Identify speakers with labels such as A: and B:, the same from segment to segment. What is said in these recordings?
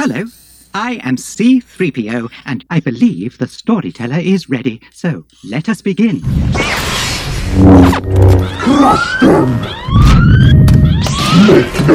A: Hello, I am C3PO, and I believe the storyteller is ready, so let us begin.
B: All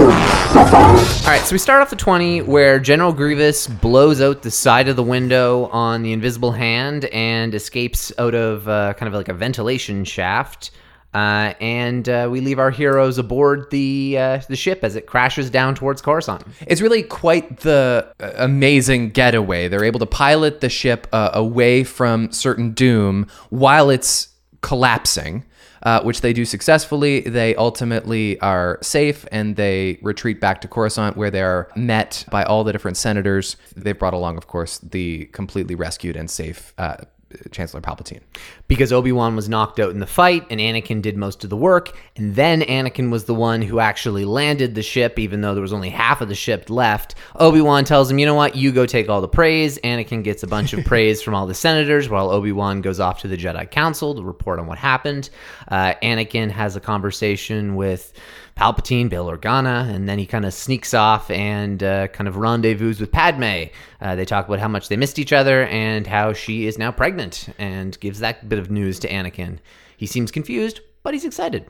B: right, so we start off the 20 where General Grievous blows out the side of the window on the invisible hand and escapes out of uh, kind of like a ventilation shaft. Uh, and uh, we leave our heroes aboard the uh, the ship as it crashes down towards Coruscant.
C: It's really quite the uh, amazing getaway. They're able to pilot the ship uh, away from certain doom while it's collapsing, uh, which they do successfully. They ultimately are safe and they retreat back to Coruscant, where they are met by all the different senators. They've brought along, of course, the completely rescued and safe uh, Chancellor Palpatine.
B: because Obi-Wan was knocked out in the fight and Anakin did most of the work and then Anakin was the one who actually landed the ship even though there was only half of the ship left. Obi-Wan tells him, "You know what? You go take all the praise." Anakin gets a bunch of praise from all the senators while Obi-Wan goes off to the Jedi Council to report on what happened. Uh, Anakin has a conversation with Palpatine, Bail Organa, and then he kind of sneaks off and uh, kind of rendezvous with Padme. Uh, they talk about how much they missed each other and how she is now pregnant and gives that bit of news to Anakin. He seems confused, but he's excited.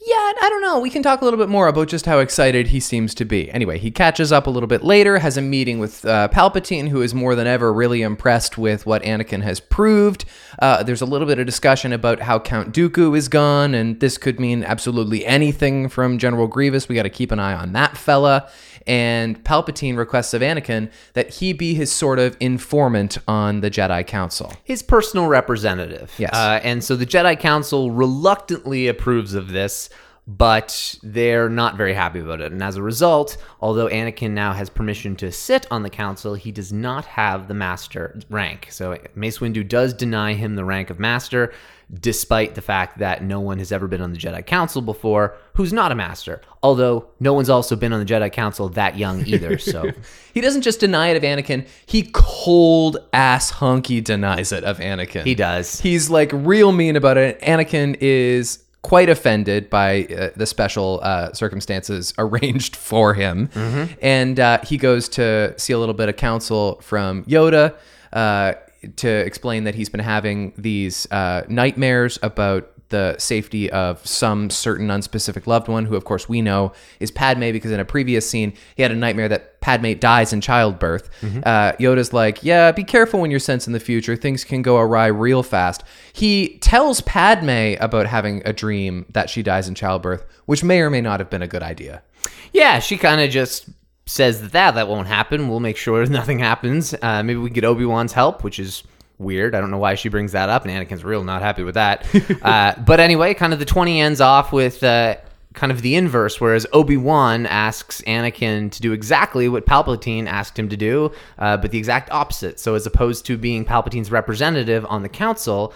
C: Yeah, I don't know. We can talk a little bit more about just how excited he seems to be. Anyway, he catches up a little bit later, has a meeting with uh, Palpatine, who is more than ever really impressed with what Anakin has proved. Uh, there's a little bit of discussion about how Count Dooku is gone, and this could mean absolutely anything from General Grievous. We got to keep an eye on that fella. And Palpatine requests of Anakin that he be his sort of informant on the Jedi Council.
B: his personal representative.
C: Yes.
B: Uh, and so the Jedi Council reluctantly approves of this, but they're not very happy about it. And as a result, although Anakin now has permission to sit on the council, he does not have the master rank. So Mace Windu does deny him the rank of master. Despite the fact that no one has ever been on the Jedi Council before, who's not a master. Although no one's also been on the Jedi Council that young either. So
C: He doesn't just deny it of Anakin, he cold ass hunky denies it of Anakin.
B: he does.
C: He's like real mean about it. Anakin is quite offended by uh, the special uh, circumstances arranged for him.
B: Mm-hmm.
C: And uh, he goes to see a little bit of counsel from Yoda. Uh, to explain that he's been having these uh, nightmares about the safety of some certain unspecific loved one, who of course we know is Padme, because in a previous scene he had a nightmare that Padme dies in childbirth. Uh, Yoda's like, "Yeah, be careful when you're sensing the future. Things can go awry real fast." He tells Padme about having a dream that she dies in childbirth, which may or may not have been a good idea.
B: Yeah, she kind of just says that, that that won't happen. We'll make sure nothing happens. Uh, maybe we can get Obi Wan's help, which is weird. I don't know why she brings that up, and Anakin's real not happy with that. uh, but anyway, kind of the twenty ends off with. Uh, Kind of the inverse, whereas Obi Wan asks Anakin to do exactly what Palpatine asked him to do, uh, but the exact opposite. So, as opposed to being Palpatine's representative on the council,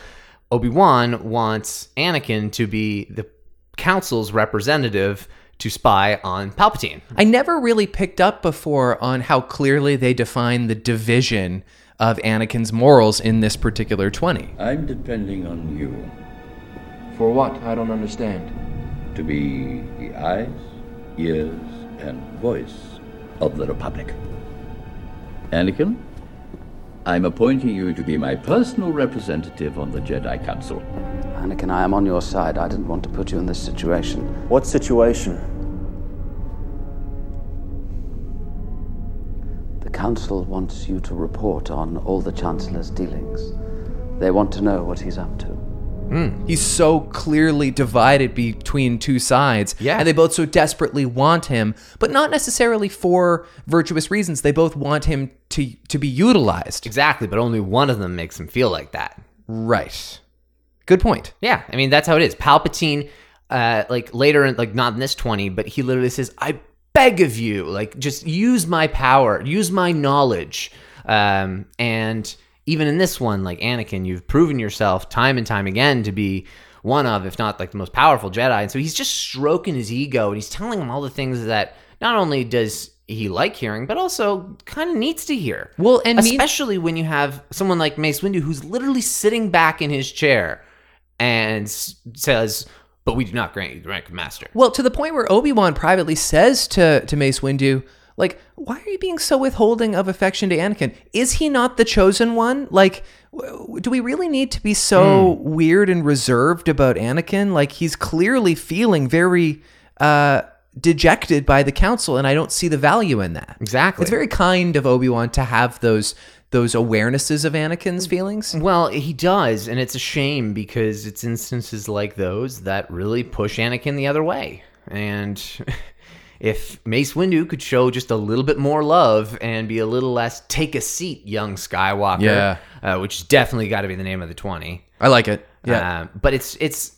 B: Obi Wan wants Anakin to be the council's representative to spy on Palpatine.
C: I never really picked up before on how clearly they define the division of Anakin's morals in this particular 20.
D: I'm depending on you
E: For what? I don't understand.
D: to be the eyes, ears, and voice of the Republic. Anakin, I'm appointing you to be my personal representative on the Jedi Council.
E: Anakin, I am on your side. I didn't want to put you in this situation.
F: What situation?
E: The Council wants you to report on all the Chancellor's dealings. They want to know what he's up to.
C: He's so clearly divided between two sides.
B: Yeah.
C: And they both so desperately want him, but not necessarily for virtuous reasons. They both want him to, to be utilized.
B: Exactly, but only one of them makes him feel like that.
C: Right. Good point.
B: Yeah, I mean that's how it is. Palpatine, uh, like later in like not in this twenty, but he literally says, "I beg of you, like just use my power, use my knowledge." Um, and even in this one, like Anakin, you've proven yourself time and time again to be one of, if not like the most powerful Jedi. And so he's just stroking his ego, and he's telling him all the things that not only does he like hearing, but also kind of needs to hear.
C: Well, and mean-
B: especially when you have someone like Mace Windu who's literally sitting back in his chair and s- says, "But we do not grant you the rank of master."
C: Well, to the point where Obi Wan privately says to, to Mace Windu, Like, why are you being so withholding of affection to Anakin? Is he not the chosen one? Like, w- do we really need to be so weird and reserved about Anakin? Like, he's clearly feeling very uh, dejected by the council, and I don't see the value in that.
B: Exactly.
C: It's very kind of Obi Wan to have those those awarenesses of Anakin's feelings.
B: Well, he does, and it's a shame because it's instances like those that really push Anakin the other way. And if Mace Windu could show just a little bit more love and be a little less take a seat, young Skywalker,
C: Yeah.
B: uh, which has definitely got to be the name of the 20.
C: I like it. Yeah.
B: Uh, but it's it's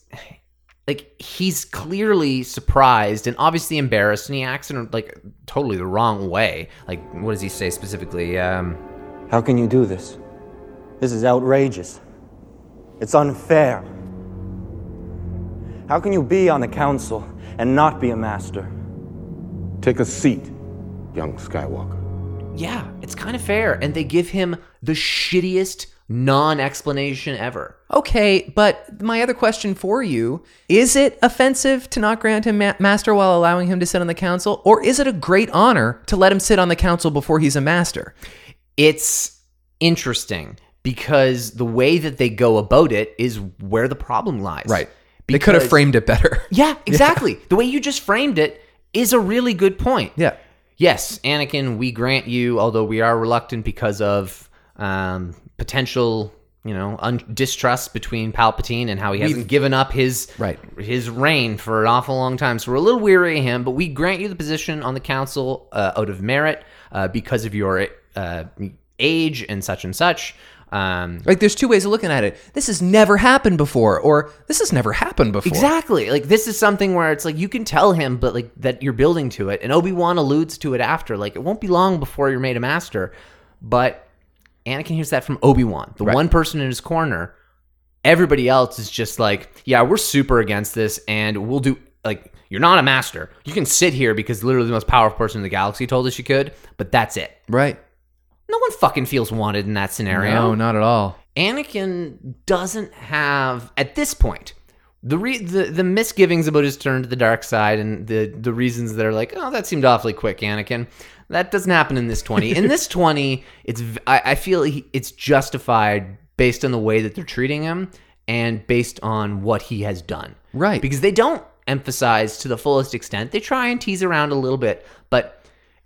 B: like he's clearly surprised and obviously embarrassed, and he acts in like totally the wrong way. Like, what does he say specifically? Um,
F: How can you do this? This is outrageous. It's unfair. How can you be on the council and not be a master?
G: Take a seat, young Skywalker.
B: Yeah, it's kind of fair. And they give him the shittiest non explanation ever.
C: Okay, but my other question for you is it offensive to not grant him ma- master while allowing him to sit on the council, or is it a great honor to let him sit on the council before he's a master?
B: It's interesting because the way that they go about it is where the problem lies.
C: they could have
B: Because-
C: framed it better.
B: Yeah, exactly. The way you just framed it is a really good point.
C: yeah.
B: Yes, Anakin, we grant you, although we are reluctant because of um, potential, you know, un- distrust between Palpatine and how he hasn't given up his
C: Right.
B: his reign for an awful long time. So we're a little weary of him, but we grant you the position on the council uh, out of merit uh, because of your uh, age and such and such. Um,
C: Like there's two ways of looking at it. This has never happened before, or this has never happened before.
B: Exactly. Like this is something where it's like you can tell him, but like that you're building to it, and Obi Wan alludes to it after. Like it won't be long before you're made a master, but Anakin hears that from Obi Wan, the one person in his corner. Everybody else is just like, yeah, we're super against this, and we'll do like you're not a master. You can sit here because literally the most powerful person in the galaxy told us you could, but that's it.
C: Right.
B: No one fucking feels wanted in that scenario.
C: No, not at all.
B: Anakin doesn't have at this point the re- the the misgivings about his turn to the dark side and the the reasons that are like oh that seemed awfully quick Anakin that doesn't happen in this twenty in this twenty it's v- I, I feel he, it's justified based on the way that they're treating him and based on what he has done
C: Right.
B: because they don't emphasize to the fullest extent they try and tease around a little bit but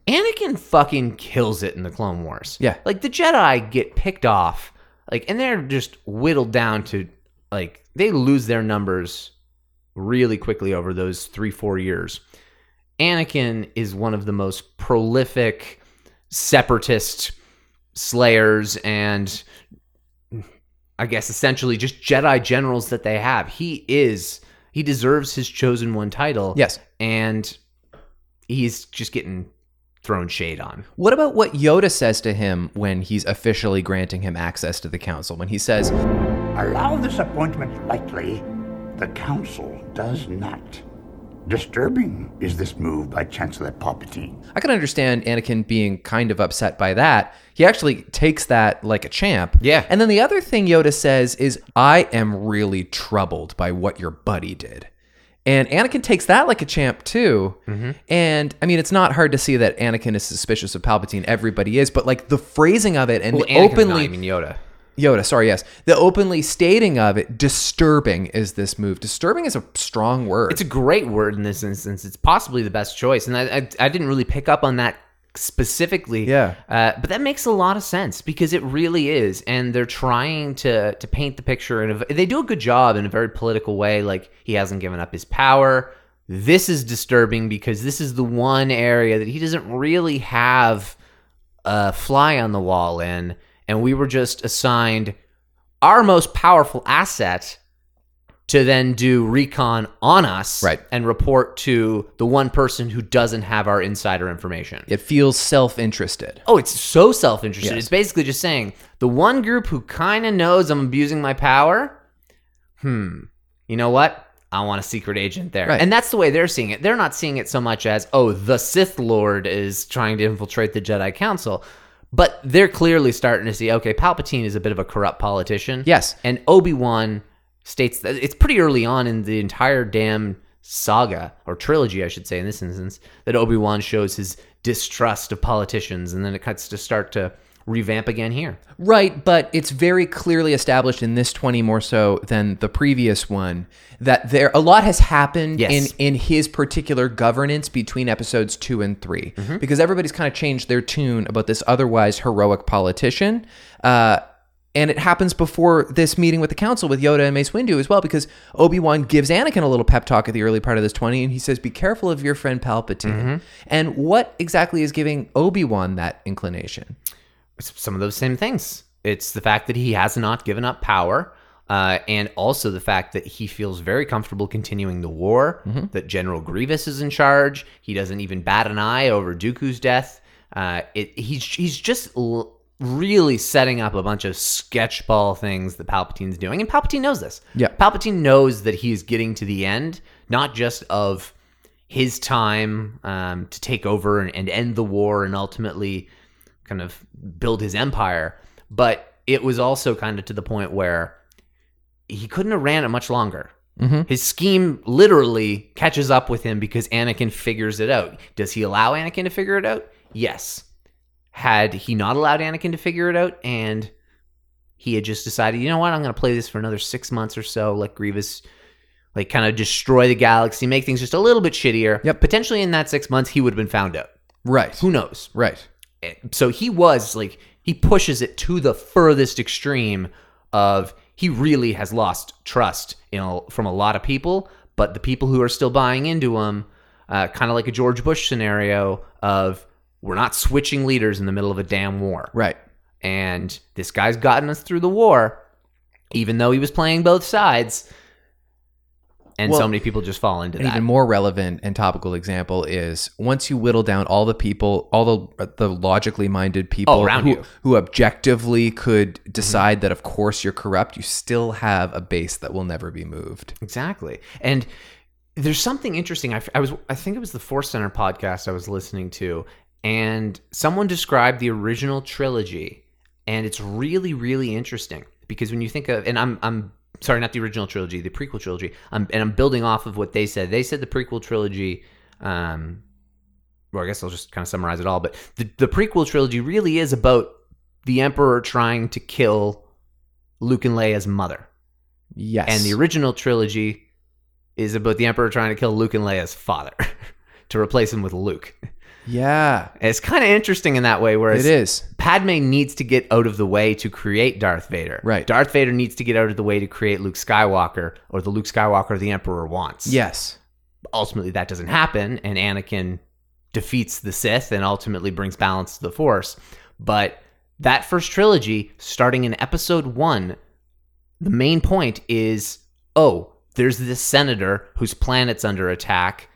B: Anakin fucking kills it in the Clone Wars.
C: Yeah.
B: Like the Jedi get picked off, like, and they're just whittled down to, like, they lose their numbers really quickly over those three, four years. Anakin is one of the most prolific separatist slayers and I guess essentially just Jedi generals that they have. He is, he deserves his chosen one title.
C: Yes.
B: And he's just getting thrown shade on.
C: What about what Yoda says to him when he's officially granting him access to the council? When he says,
H: Allow this appointment lightly. The Council does not. Disturbing is this move by Chancellor Palpatine.
C: I can understand Anakin being kind of upset by that. He actually takes that like a champ.
B: Yeah.
C: And then the other thing Yoda says is, I am really troubled by what your buddy did. And Anakin takes that like a champ too.
B: Mm-hmm.
C: And I mean, it's not hard to see that Anakin is suspicious of Palpatine. Everybody is, but like the phrasing of it and
B: Well,
C: the
B: Anakin's
C: openly.
B: not, I mean Yoda.
C: Yoda, sorry, yes. The openly stating of it, disturbing is this move. Disturbing is a strong word.
B: It's a great word in this instance. It's possibly the best choice, and I I, I didn't really pick up on that specifically.
C: Yeah.
B: Uh, but that makes a lot of sense because it really is, and they're trying to to paint the picture, and they do a good job in a very political way. Like he hasn't given up his power. This is disturbing because this is the one area that he doesn't really have a fly on the wall in, and we were just assigned our most powerful asset to then do recon on us
C: Right.
B: and report to the one person who doesn't have our insider information.
C: it feels self interested.
B: Oh, it's so self interested.
C: Yes.
B: It's basically just saying the one group who kind of knows I'm abusing my power, hmm, you know what? I want a secret agent there.
C: Right.
B: And that's the way they're seeing it. They're not seeing it so much as, oh, the Sith Lord is trying to infiltrate the Jedi Council. But they're clearly starting to see, okay, Palpatine is a bit of a corrupt politician.
C: Yes.
B: And Obi Wan states that it's pretty early on in the entire damn saga or trilogy, I should say, in this instance, that Obi Wan shows his distrust of politicians, and then it cuts to start to revamp again here.
C: Right, but it's very clearly established in this 20 more so than the previous one that there a lot has happened
B: Yes.
C: in in his particular governance between episodes 2 and 3
B: Mm-hmm.
C: because everybody's kind of changed their tune about this otherwise heroic politician. Uh and it happens before this meeting with the council with Yoda and Mace Windu as well, because Obi Wan gives Anakin a little pep talk at the early part of this 20, and he says, Be careful of your friend Palpatine.
B: Mm-hmm.
C: And what exactly is giving Obi Wan that inclination?
B: s- some of those same things. It's the fact that he has not given up power, uh, and also the fact that he feels very comfortable continuing the war. That General Grievous is in charge. He doesn't even bat an eye over Dooku's death. Uh, it, he's he's just l- really setting up a bunch of sketchball things that Palpatine's doing, and Palpatine knows this.
C: Yeah.
B: Palpatine knows that he is getting to the end, not just of his time um, to take over and, and end the war and ultimately kind of build his empire. But it was also kind of to the point where he couldn't have ran it much longer. His scheme literally catches up with him because Anakin figures it out. Does he allow Anakin to figure it out? Yes. Had he not allowed Anakin to figure it out and he had just decided, you know what, I'm going to play this for another six months or so, let Grievous like kind of destroy the galaxy, make things just a little bit shittier.
C: Yep.
B: Potentially in that six months, he would have been found out.
C: Right.
B: Who knows?
C: Right.
B: so he was like he pushes it to the furthest extreme of he really has lost trust you know from a lot of people but the people who are still buying into him uh, kind of like a george bush scenario of we're not switching leaders in the middle of a damn war
C: Right.
B: and this guy's gotten us through the war even though he was playing both sides and so
C: Well,
B: many people just fall into
C: An
B: that
C: even more relevant and topical example is once you whittle down all the people, all the uh, the logically minded people
B: All Oh, around
C: who,
B: you. Mm-hmm.
C: who objectively could decide that of course you're corrupt, you still have a base that will never be moved.
B: Exactly. And there's something interesting. I, I was I think it was the Force Center podcast I was listening to, and someone described the original trilogy, and it's really really interesting because when you think of and I'm I'm sorry not the original trilogy the prequel trilogy I'm, and I'm building off of what they said. They said the prequel trilogy. Um, well, I guess I'll just kind of summarize it all. But the, the prequel trilogy really is about the Emperor trying to kill Luke and Leia's mother.
C: Yes.
B: And the original trilogy is about the Emperor trying to kill Luke and Leia's father to replace him with Luke.
C: yeah,
B: And it's kind of interesting in that way, whereas
C: it is.
B: Padme needs to get out of the way to create Darth Vader.
C: Right.
B: Darth Vader needs to get out of the way to create Luke Skywalker, or the Luke Skywalker the Emperor wants.
C: Yes.
B: Ultimately, that doesn't happen, and Anakin defeats the Sith and ultimately brings balance to the Force. But that first trilogy, starting in episode one, the main point is oh, there's this senator whose planet's under attack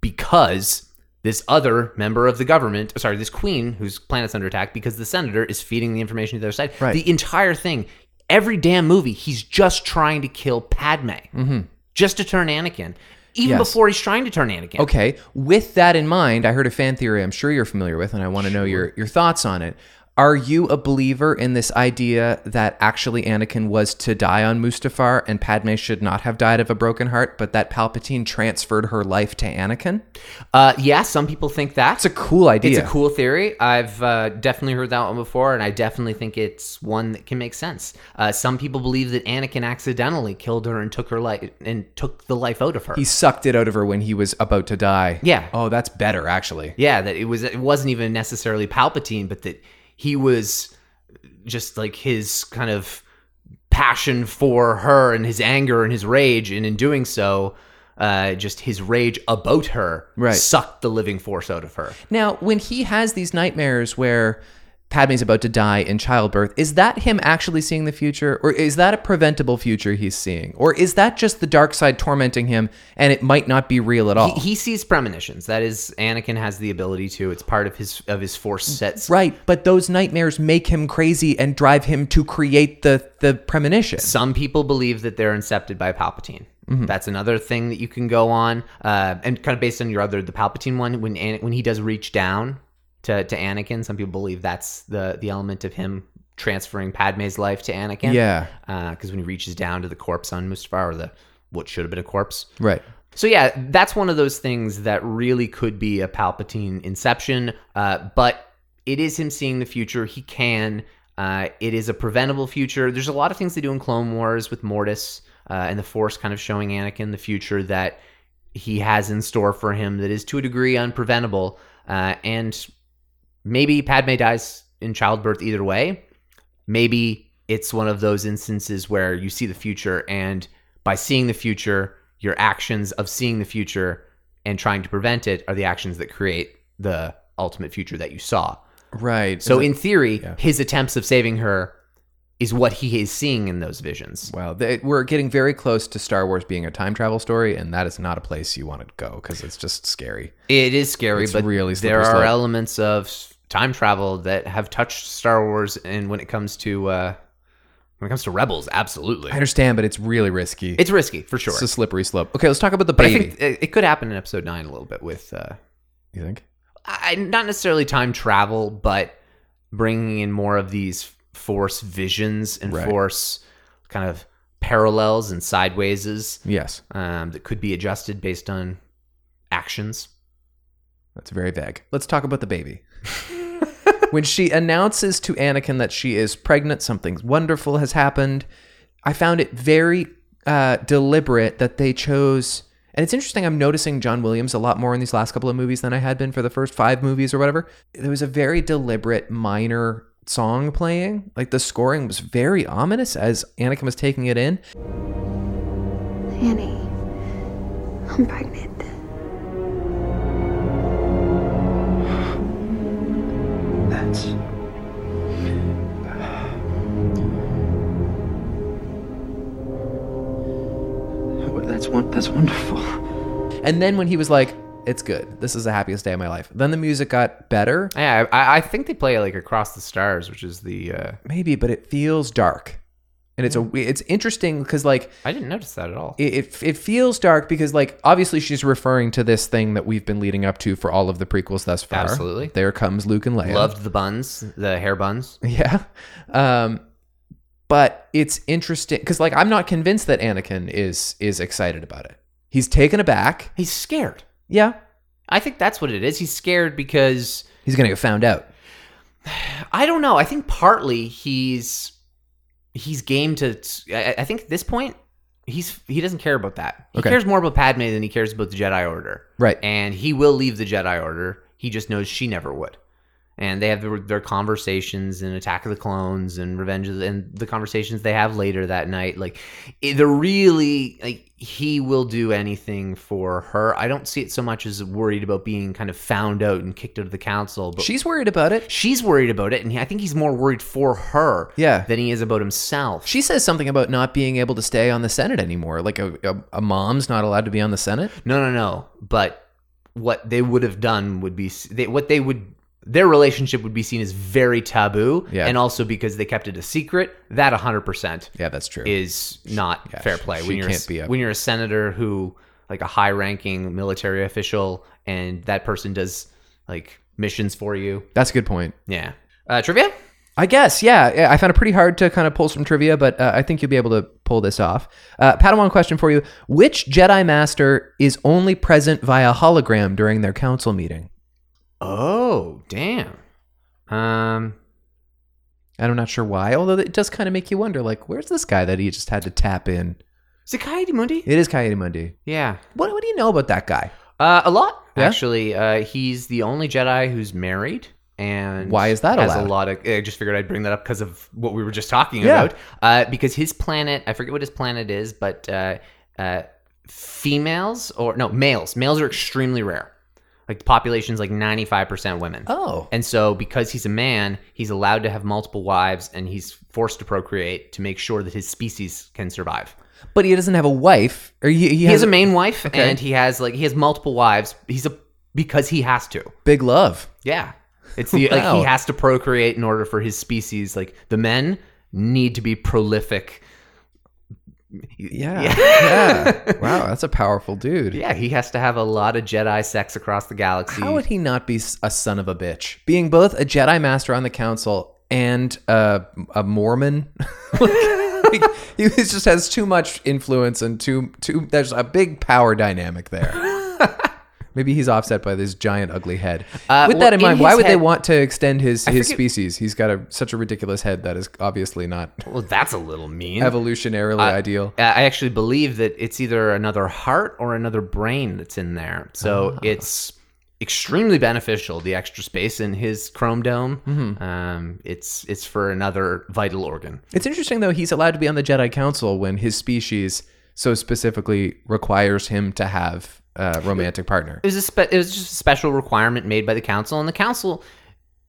B: because this other member of the government, sorry, this queen whose planet's under attack because the senator is feeding the information to the other side.
C: Right.
B: The entire thing, every damn movie, he's just trying to kill Padme, just to turn Anakin. Even
C: Mm-hmm. Yes.
B: before he's trying to turn Anakin.
C: Okay. With that in mind, I heard a fan theory I'm sure you're familiar with, and I want to know your, your thoughts on it. Are you a believer in this idea that actually Anakin was to die on Mustafar and Padme should not have died of a broken heart, but that Palpatine transferred her life to Anakin?
B: Uh, yeah, some people think that.
C: That's a cool idea.
B: It's a cool theory. I've uh, definitely heard that one before, and I definitely think it's one that can make sense. Uh, some people believe that Anakin accidentally killed her and took her life and took the life out of her.
C: He sucked it out of her when he was about to die.
B: Yeah.
C: Oh, that's better, actually.
B: yeah, that it was it wasn't even necessarily Palpatine, but that he was just like his kind of passion for her and his anger and his rage, and in doing so. Uh, just his rage about her
C: Right.
B: sucked the living force out of her.
C: Now, when he has these nightmares where Padme's about to die in childbirth, is that him actually seeing the future? Or is that a preventable future he's seeing? Or is that just the dark side tormenting him and it might not be real at all?
B: He, he sees premonitions. That is, Anakin has the ability to. It's part of his of his Force sets.
C: Mm-hmm. right, but those nightmares make him crazy and drive him to create the, the premonition.
B: Some people believe that they're incepted by Palpatine.
C: Mm-hmm.
B: That's another thing that you can go on, uh, and kind of based on your other the Palpatine one. When An- when he does reach down to to Anakin, some people believe that's the the element of him transferring Padme's life to Anakin. Uh,
C: Yeah.
B: because when he reaches down to the corpse on Mustafar, or the what should have been a corpse,
C: Right.
B: So yeah, that's one of those things that really could be a Palpatine inception, uh, but it is him seeing the future. He can. Uh, it is a preventable future. There's a lot of things they do in Clone Wars with Mortis uh, and the Force, kind of showing Anakin the future that he has in store for him that is to a degree unpreventable. Uh, and maybe Padme dies in childbirth either way. Maybe it's one of those instances where you see the future, and by seeing the future, your actions of seeing the future and trying to prevent it are the actions that create the ultimate future that you saw.
C: Right.
B: So,
C: Is it-
B: in theory,
C: yeah.
B: his attempts of saving her is what he is seeing in those visions.
C: Wow, they, we're getting very close to Star Wars being a time travel story, and that is not a place you want to go because it's just scary.
B: It is scary,
C: It's
B: but there
C: really slippery
B: are
C: slope.
B: elements of time travel that have touched Star Wars, and when it comes to uh, when it comes to Rebels, absolutely,
C: I understand, but it's really risky.
B: it's risky for sure.
C: It's a slippery slope. Okay, let's talk about the
B: but I
C: baby.
B: think it, it could happen in Episode Nine a little bit with uh,
C: you think?
B: I, not necessarily time travel, but bringing in more of these Force visions and
C: Right.
B: Force kind of parallels and sidewayses
C: Yes,
B: um, that could be adjusted based on actions.
C: that's very vague. Let's talk about the baby. when she announces to Anakin that she is pregnant, something wonderful has happened. I found it very uh, deliberate that they chose. And it's interesting, I'm noticing John Williams a lot more in these last couple of movies than I had been for the first five movies or whatever. There was a very deliberate minor song playing. Like the scoring was very ominous as Anakin was taking it in.
I: Annie, I'm pregnant.
E: That's. Oh, That's one. That's wonderful.
C: And then when he was like, it's good, this is the happiest day of my life, then the music got better.
B: Yeah, I, I think they play like across the stars, which is the. Uh,
C: Maybe, but it feels dark. And it's a
B: Mm.
C: we- it's interesting because like
B: I didn't notice that at all.
C: it, it it feels dark because like obviously she's referring to this thing that we've been leading up to for all of the prequels thus far.
B: Absolutely.
C: there comes Luke and Leia.
B: Loved the buns, the hair buns.
C: yeah. Um, but it's interesting because like I'm not convinced that Anakin is is excited about it. He's taken aback.
B: He's scared.
C: Yeah,
B: I think that's what it is. He's scared because
C: he's gonna get found out.
B: I don't know. I think partly he's he's game to. I, I think at this point he's he doesn't care about that. He
C: Okay.
B: cares more about Padme than he cares about the Jedi Order.
C: Right.
B: And he will leave the Jedi Order. He just knows she never would. And they have their, their conversations in Attack of the Clones and Revenge of the, and the conversations they have later that night. Like it- they're really like he will do anything for her. I don't see it so much as worried about being kind of found out and kicked out of the council. But
C: She's worried about it.
B: she's worried about it, and I think he's more worried for her
C: Yeah.
B: than he is about himself.
C: She says something about not being able to stay on the Senate anymore. Like a, a, a mom's not allowed to be on the Senate.
B: no, no, no. But what they would have done would be they, what they would their relationship would be seen as very taboo,
C: Yeah.
B: and also because they kept it a secret, that hundred percent
C: Yeah, that's true.
B: is not
C: yeah,
B: fair
C: she-
B: play.
C: she
B: when you're
C: can't
B: a,
C: be a-
B: when you're a senator who like a high-ranking military official, and that person does like missions for you.
C: That's a good point.
B: Yeah. Uh, trivia.
C: I guess, yeah. yeah, I found it pretty hard to kind of pull some trivia, but uh, I think you'll be able to pull this off. Uh, Padawan question for you Which Jedi Master is only present via hologram during their council meeting?
B: Oh, damn. Um.
C: And I'm not sure why, although it does kind of make you wonder, like, where's this guy that he just had to tap in?
B: Is it Kaidi Mundi?
C: It is Kaede Mundi.
B: Yeah.
C: What, what do you know about that guy?
B: Uh, a lot,
C: Yeah?
B: actually. Uh, he's the only Jedi who's married. And
C: Why is that
B: has
C: allowed?
B: a lot of. I just figured I'd bring that up because of what we were just talking
C: Yeah.
B: about. Uh, because his planet, I forget what his planet is, but uh, uh, females or no males, males are extremely rare. Like the population's like ninety five percent women.
C: Oh.
B: And so, because he's a man, he's allowed to have multiple wives, and he's forced to procreate to make sure that his species can survive.
C: But he doesn't have a wife. Or he, he,
B: He has
C: has
B: a main wife,
C: Okay.
B: and he has like he has multiple wives. He's a because he has to.
C: big love.
B: Yeah, it's the like
C: Wow.
B: he has to procreate in order for his species. Like the men need to be prolific.
C: Yeah. Yeah. wow, that's a powerful dude.
B: Yeah, he has to have a lot of Jedi sex across the galaxy.
C: How would he not be s- a son of a bitch? Being both a Jedi Master on the Council and a, a Mormon. uh, Like, like he was- just has too much influence and too too. There's a big power dynamic there. Maybe he's offset by this giant ugly head.
B: Uh,
C: With
B: well,
C: that in
B: in
C: mind, why
B: his
C: would they
B: head-
C: want to extend his
B: forget-
C: his species? He's got a, such a ridiculous head that is obviously not
B: Well, that's a little mean.
C: evolutionarily ideal.
B: I I actually believe that it's either another heart or another brain that's in there. So it's extremely beneficial. The extra space in his chrome dome, um, it's it's for another vital organ.
C: It's interesting though he's allowed to be on the Jedi Council when his species so specifically requires him to have a romantic partner.
B: It was a spe- it was just a special requirement made by the council, and the council.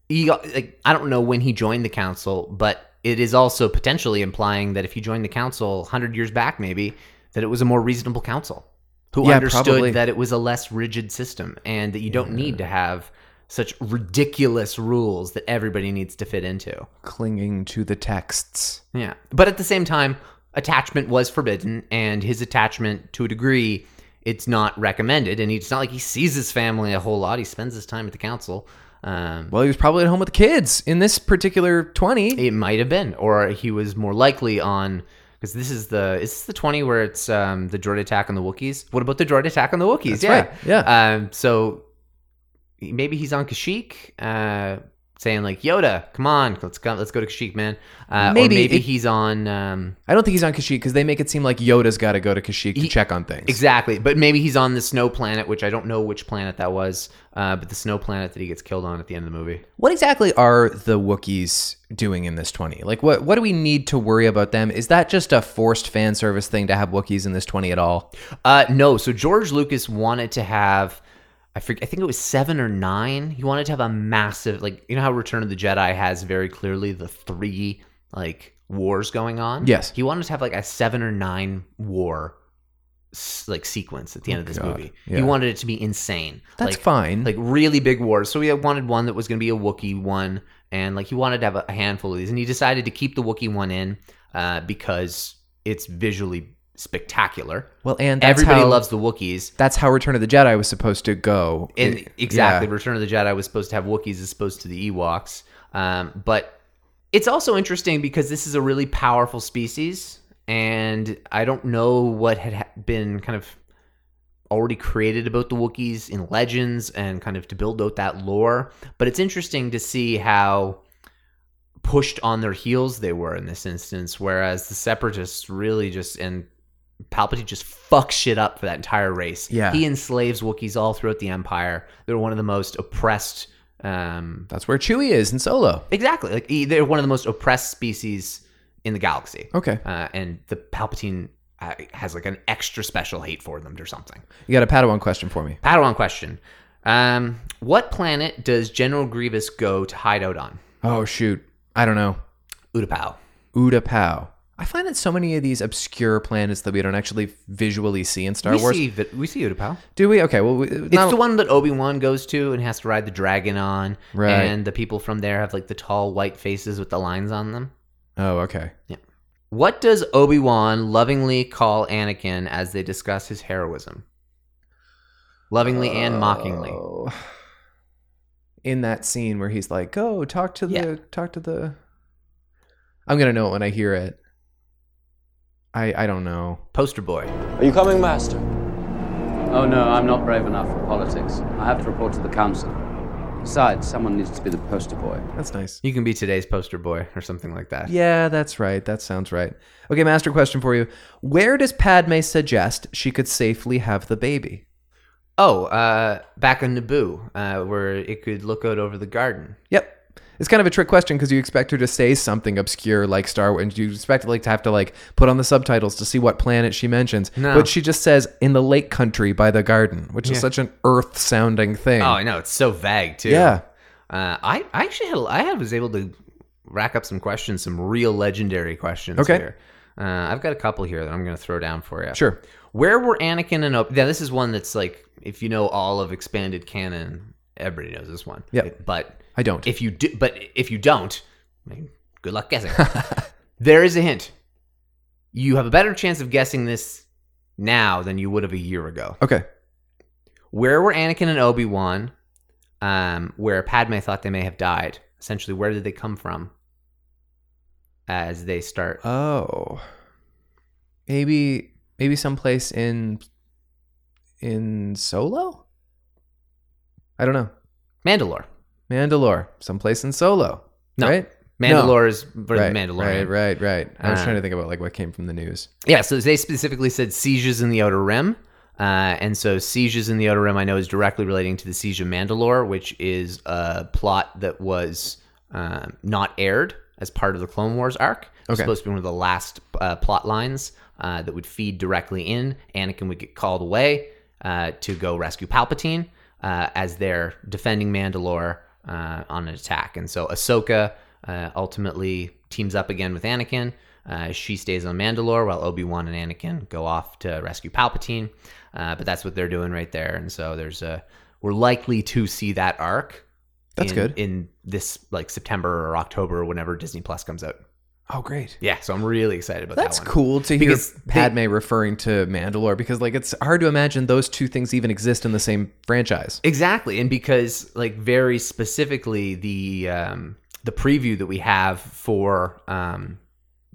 B: You got, like, I don't know when he joined the council, but it is also potentially implying that if he joined the council hundred years back, maybe that it was a more reasonable council who
C: Yeah,
B: understood
C: probably.
B: that it was a less rigid system and that you don't need to have such ridiculous rules that everybody needs to fit into.
C: Clinging to the texts.
B: Yeah. But at the same time, attachment was forbidden, and his attachment, to a degree, it's not recommended. And it's not like he sees his family a whole lot. He spends his time at the council. Um,
C: Well, he was probably at home with the kids in this particular 20.
B: it might have been, or he was more likely on. Because this is the is this the twenty where it's um, the droid attack on the Wookiees? What about the droid attack on the Wookiees?
C: That's right, yeah.
B: Um, so maybe he's on Kashyyyk, uh, saying like Yoda, come on, let's come, let's go to Kashyyyk, man. Uh,
C: Maybe
B: or maybe
C: it-
B: he's on. Um,
C: I don't think he's on Kashyyyk because they make it seem like Yoda's got to go to Kashyyyk to
B: He-
C: check on things.
B: Exactly, but maybe he's on the snow planet, which I don't know which planet that was, uh, but the snow planet that he gets killed on at the end of the movie.
C: What exactly are the Wookiees doing in this 20? Like, what, what do we need to worry about them? Is that just a forced fan service thing to have Wookiees in this 20 at all?
B: Uh, no, so George Lucas wanted to have, I forget, I think it was seven or nine. He wanted to have a massive, like you know how Return of the Jedi has very clearly the three like wars going on.
C: Yes.
B: he wanted to have like a seven or nine war s- like sequence at the end of this
C: God,
B: movie.
C: yeah.
B: He wanted it to be insane.
C: That's
B: Like,
C: fine.
B: like really big wars. So he wanted one that was going to be a Wookiee one, and like he wanted to have a handful of these, and he decided to keep the Wookiee one in uh, because it's visually spectacular.
C: well, and that's
B: Everybody
C: how,
B: loves the Wookiees.
C: That's how Return of the Jedi was supposed to go.
B: And
C: It-
B: exactly,
C: yeah.
B: Return of the Jedi was supposed to have Wookiees as opposed to the Ewoks. Um, but it's also interesting because this is a really powerful species, and I don't know what had ha- been kind of already created about the Wookiees in Legends and kind of to build out that lore. But it's interesting to see how pushed on their heels they were in this instance, whereas the Separatists really just and Palpatine just fucks shit up for that entire race.
C: Yeah.
B: he enslaves Wookiees all throughout the Empire. They're one of the most oppressed. Um,
C: That's where Chewie is in Solo.
B: exactly, like e- they're one of the most oppressed species in the galaxy.
C: Okay.
B: Uh, and the Palpatine uh, has like an extra special hate for them or something.
C: You got a Padawan question for me.
B: Padawan question. Um, what planet does General Grievous go to hide out on?
C: Oh, shoot. I don't know.
B: Utapau.
C: Utapau. I find that so many of these obscure planets that we don't actually visually see in Star
B: we
C: Wars.
B: see that we see Utapau.
C: Do we? Okay. Well, we,
B: It's the one that Obi Wan goes to and has to ride the dragon on,
C: Right.
B: and the people from there have like the tall white faces with the lines on them.
C: Oh, okay.
B: What does Obi Wan lovingly call Anakin as they discuss his heroism? Lovingly and mockingly.
C: Oh. In that scene where he's like, "Go talk to the
B: Yeah.
C: talk to the," I'm gonna know it when I hear it. I I don't know.
B: Poster boy.
F: Are you coming, Master?
E: Oh no, I'm not brave enough for politics. I have to report to the council. Besides, someone needs to be the poster boy.
C: That's nice.
B: You can be today's poster boy or something like that.
C: Yeah, that's right. That sounds right. Okay, master question for you. Where does Padme suggest she could safely have the baby?
B: Oh, uh, back on Naboo, uh, where it could look out over the garden.
C: Yep. It's kind of a trick question because you expect her to say something obscure like Star Wars. You expect like to have to like put on the subtitles to see what planet she mentions.
B: No.
C: But she just says in the lake country by the garden, which is such an earth sounding thing.
B: Oh, I know it's so vague too.
C: Yeah.
B: uh, I I actually had I had- was able to rack up some questions, some real legendary questions.
C: Okay.
B: here. Uh, I've got a couple here that I'm going to throw down for you.
C: Sure.
B: Where were Anakin and Obi? Now this is one that's like if you know all of expanded canon, everybody knows this one.
C: Yeah.
B: but
C: I don't.
B: if you do, but if you don't, I mean, good luck guessing. there is a hint. You have a better chance of guessing this now than you would have a year ago.
C: okay.
B: Where were Anakin and Obi Wan? Um, where Padme thought they may have died. Essentially, where did they come from? as they start.
C: Oh, maybe maybe someplace in in Solo. I don't know.
B: Mandalore.
C: Mandalore, someplace in Solo.
B: No.
C: Right?
B: Mandalore is for
C: right,
B: the Mandalorian.
C: Right, right, right. I was
B: Uh,
C: trying to think about like what came from the news.
B: Yeah, so they specifically said sieges in the Outer Rim. Uh, and so sieges in the Outer Rim, I know, is directly relating to the Siege of Mandalore, which is a plot that was um, not aired as part of the Clone Wars arc. It was
C: Okay.
B: supposed to be one of the last uh, plot lines uh, that would feed directly in. Anakin would get called away uh, to go rescue Palpatine uh, as they're defending Mandalore uh, on an attack. And so Ahsoka uh, ultimately teams up again with Anakin. Uh, she stays on Mandalore while Obi Wan and Anakin go off to rescue Palpatine. Uh, but that's what they're doing right there. And so there's a we're likely to see that arc.
C: That's
B: in-
C: good.
B: in this like September or October or whenever Disney Plus comes out.
C: Oh, great.
B: Yeah, so I'm really excited about
C: That's
B: that one.
C: cool to hear
B: Because they-
C: Padme referring to Mandalore because like it's hard to imagine those two things even exist in the same franchise.
B: Exactly, and because like very specifically the um, the preview that we have for um,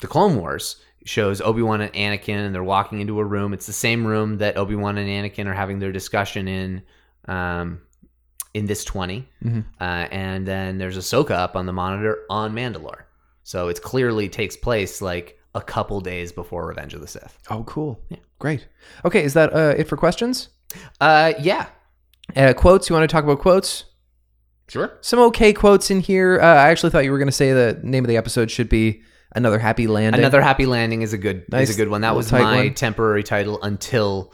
B: the Clone Wars shows Obi Wan and Anakin, and they're walking into a room. It's the same room that Obi Wan and Anakin are having their discussion in um, in this 20
C: Mhm.
B: uh, and then there's Ahsoka up on the monitor on Mandalore. So it clearly takes place like a couple days before Revenge of the Sith.
C: Oh, cool. Great. Okay, is that uh, it for questions?
B: Uh, yeah,
C: Uh, quotes. You want to talk about quotes?
B: sure.
C: Some okay quotes in here. Uh, I actually thought you were going to say the name of the episode should be "Another Happy Landing."
B: Another happy landing is a good
C: Nice
B: is a good one. That
C: little
B: was
C: tight
B: my
C: one.
B: temporary title until.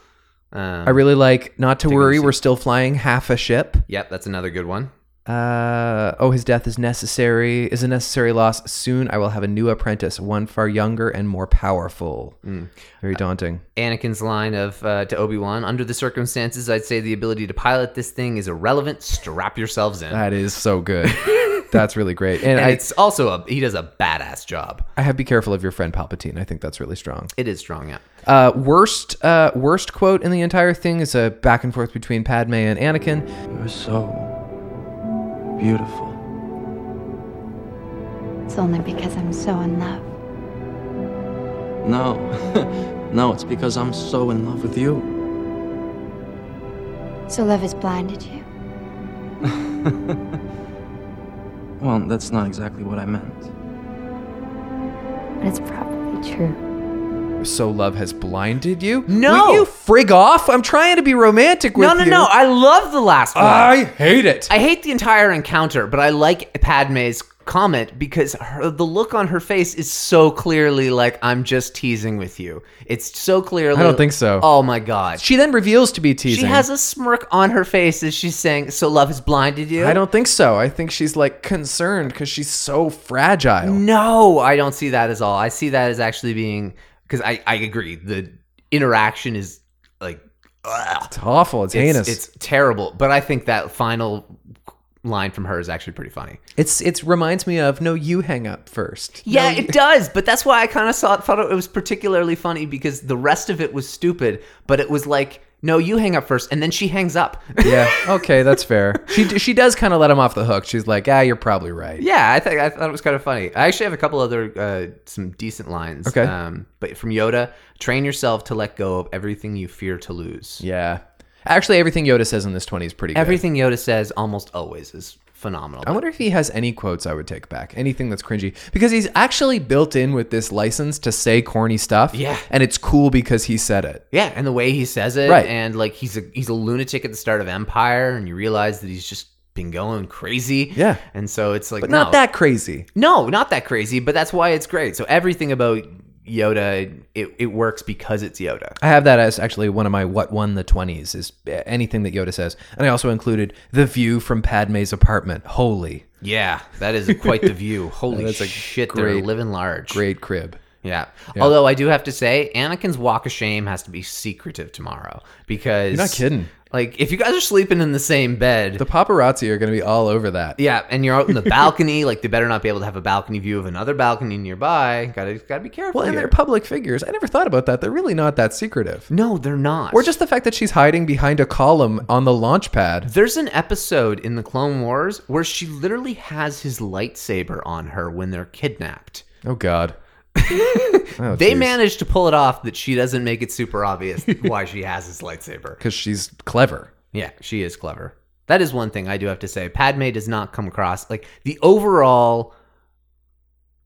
B: Um,
C: I really like. Not to
B: Take a
C: worry,
B: look.
C: we're still flying half a ship.
B: Yep, that's another good one.
C: Uh, oh, his death is necessary. Is a necessary loss. Soon I will have a new apprentice, one far younger and more powerful. Very daunting.
B: Anakin's line of uh, to Obi Wan: "Under the circumstances, I'd say the ability to pilot this thing is irrelevant. Strap yourselves in."
C: that is so good. that's really great. And,
B: and
C: I,
B: it's also a he does a badass job.
C: I have be careful of your friend Palpatine. I think that's really strong.
B: It is strong, yeah.
C: Uh, worst, uh, worst quote in the entire thing is a back and forth between Padme and Anakin.
E: You're so beautiful.
I: It's only because I'm so in love.
E: No, no, it's because I'm so in love with you.
I: So love has blinded you.
E: Well, that's not exactly what I meant.
I: But it's probably true.
C: So love has blinded you.
B: No.
C: Will you frig off. I'm trying to be romantic with
B: No, no,
C: you.
B: no. I love the last one.
C: I hate it.
B: I hate the entire encounter, but I like Padme's comment because her, the look on her face is so clearly like I'm just teasing with you. It's so clearly.
C: I don't think so.
B: Oh my god.
C: She then reveals to be teasing.
B: She has a smirk on her face as she's saying, "So love has blinded you."
C: I don't think so. I think she's like concerned because she's so fragile.
B: No, I don't see that as all. I see that as actually being because I I agree the interaction is like ugh.
C: It's awful. It's,
B: It's-
C: heinous.
B: It's
C: It's,
B: terrible. But I think that final line from her is actually pretty funny.
C: it's reminds me of no, you hang up first.
B: Yeah, it does, but that's why I kind of saw it, thought it was particularly funny because the rest of it was stupid, but it was like, no, you hang up first, and then she hangs up.
C: yeah. Okay, that's fair. She d- she does kind of let him off the hook. She's like, ah, you're probably right.
B: yeah, I think I thought it was kind of funny. I actually have a couple other uh, some decent lines.
C: Okay.
B: um, but from Yoda, train yourself to let go of everything you fear to lose.
C: Yeah. Actually, everything Yoda says in this twenty is pretty. good.
B: Everything Yoda says almost always is phenomenal.
C: I wonder if he has any quotes I would take back, anything that's cringy, because he's actually built in with this license to say corny stuff.
B: Yeah.
C: and it's cool because he said it.
B: Yeah, and the way he says it,
C: Right.
B: And like he's a he's a lunatic at the start of Empire, and you realize that he's just been going crazy.
C: Yeah.
B: and so it's like
C: But not
B: no.
C: that crazy.
B: No, not that crazy, but that's why it's great. So everything about Yoda, it, it works because it's Yoda.
C: I have that as actually one of my what won the 20s is eh, anything that Yoda says. And I also included the view from Padme's apartment. Holy
B: Yeah, that is quite the view. Holy
C: That's a
B: shit, they're
C: great-
B: living large.
C: great crib.
B: Yeah. Although I do have to say, Anakin's walk of shame has to be secretive tomorrow because
C: You're not kidding.
B: Like if you guys are sleeping in the same bed,
C: The paparazzi are going to be all over that.
B: yeah, and you're out in the balcony. like they better not be able to have a balcony view of another balcony nearby. Gotta gotta be careful.
C: Well, and
B: here.
C: they're public figures. I never thought about that. They're really not that secretive.
B: no, they're not.
C: Or just the fact that she's hiding behind a column on the launch pad.
B: There's an episode in the Clone Wars where she literally has his lightsaber on her when they're kidnapped.
C: Oh God. oh,
B: They managed to pull it off that she doesn't make it super obvious why she has this lightsaber.
C: because she's clever.
B: Yeah, she is clever. That is one thing I do have to say. Padme does not come across like the overall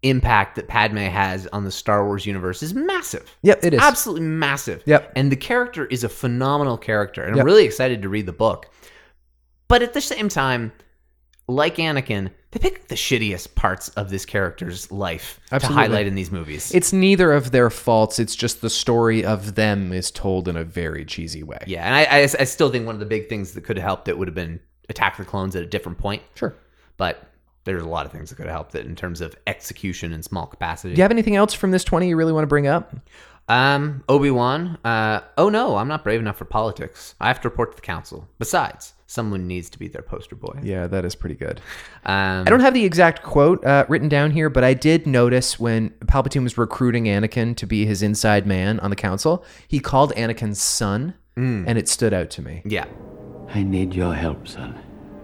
B: impact that Padme has on the Star Wars universe is massive.
C: Yep, it is.
B: Absolutely massive.
C: Yep.
B: And the character is a phenomenal character. And
C: Yep.
B: I'm really excited to read the book. But at the same time, like Anakin, they pick the shittiest parts of this character's life
C: Absolutely.
B: to highlight in these movies.
C: It's neither of their faults. It's just the story of them is told in a very cheesy way.
B: yeah, and I, I, I still think one of the big things that could have helped it would have been attack the clones at a different point.
C: Sure.
B: but there's a lot of things that could have helped it in terms of execution and small capacity.
C: Do you have anything else from this 20 you really want to bring up?
B: Um, Obi Wan. Uh, oh no, I'm not brave enough for politics. I have to report to the council. Besides, someone needs to be their poster boy.
C: Yeah, that is pretty good.
B: Um,
C: I don't have the exact quote uh, written down here, but I did notice when Palpatine was recruiting Anakin to be his inside man on the council, he called Anakin's son, and it stood out to me.
B: Yeah.
E: I need your help, son.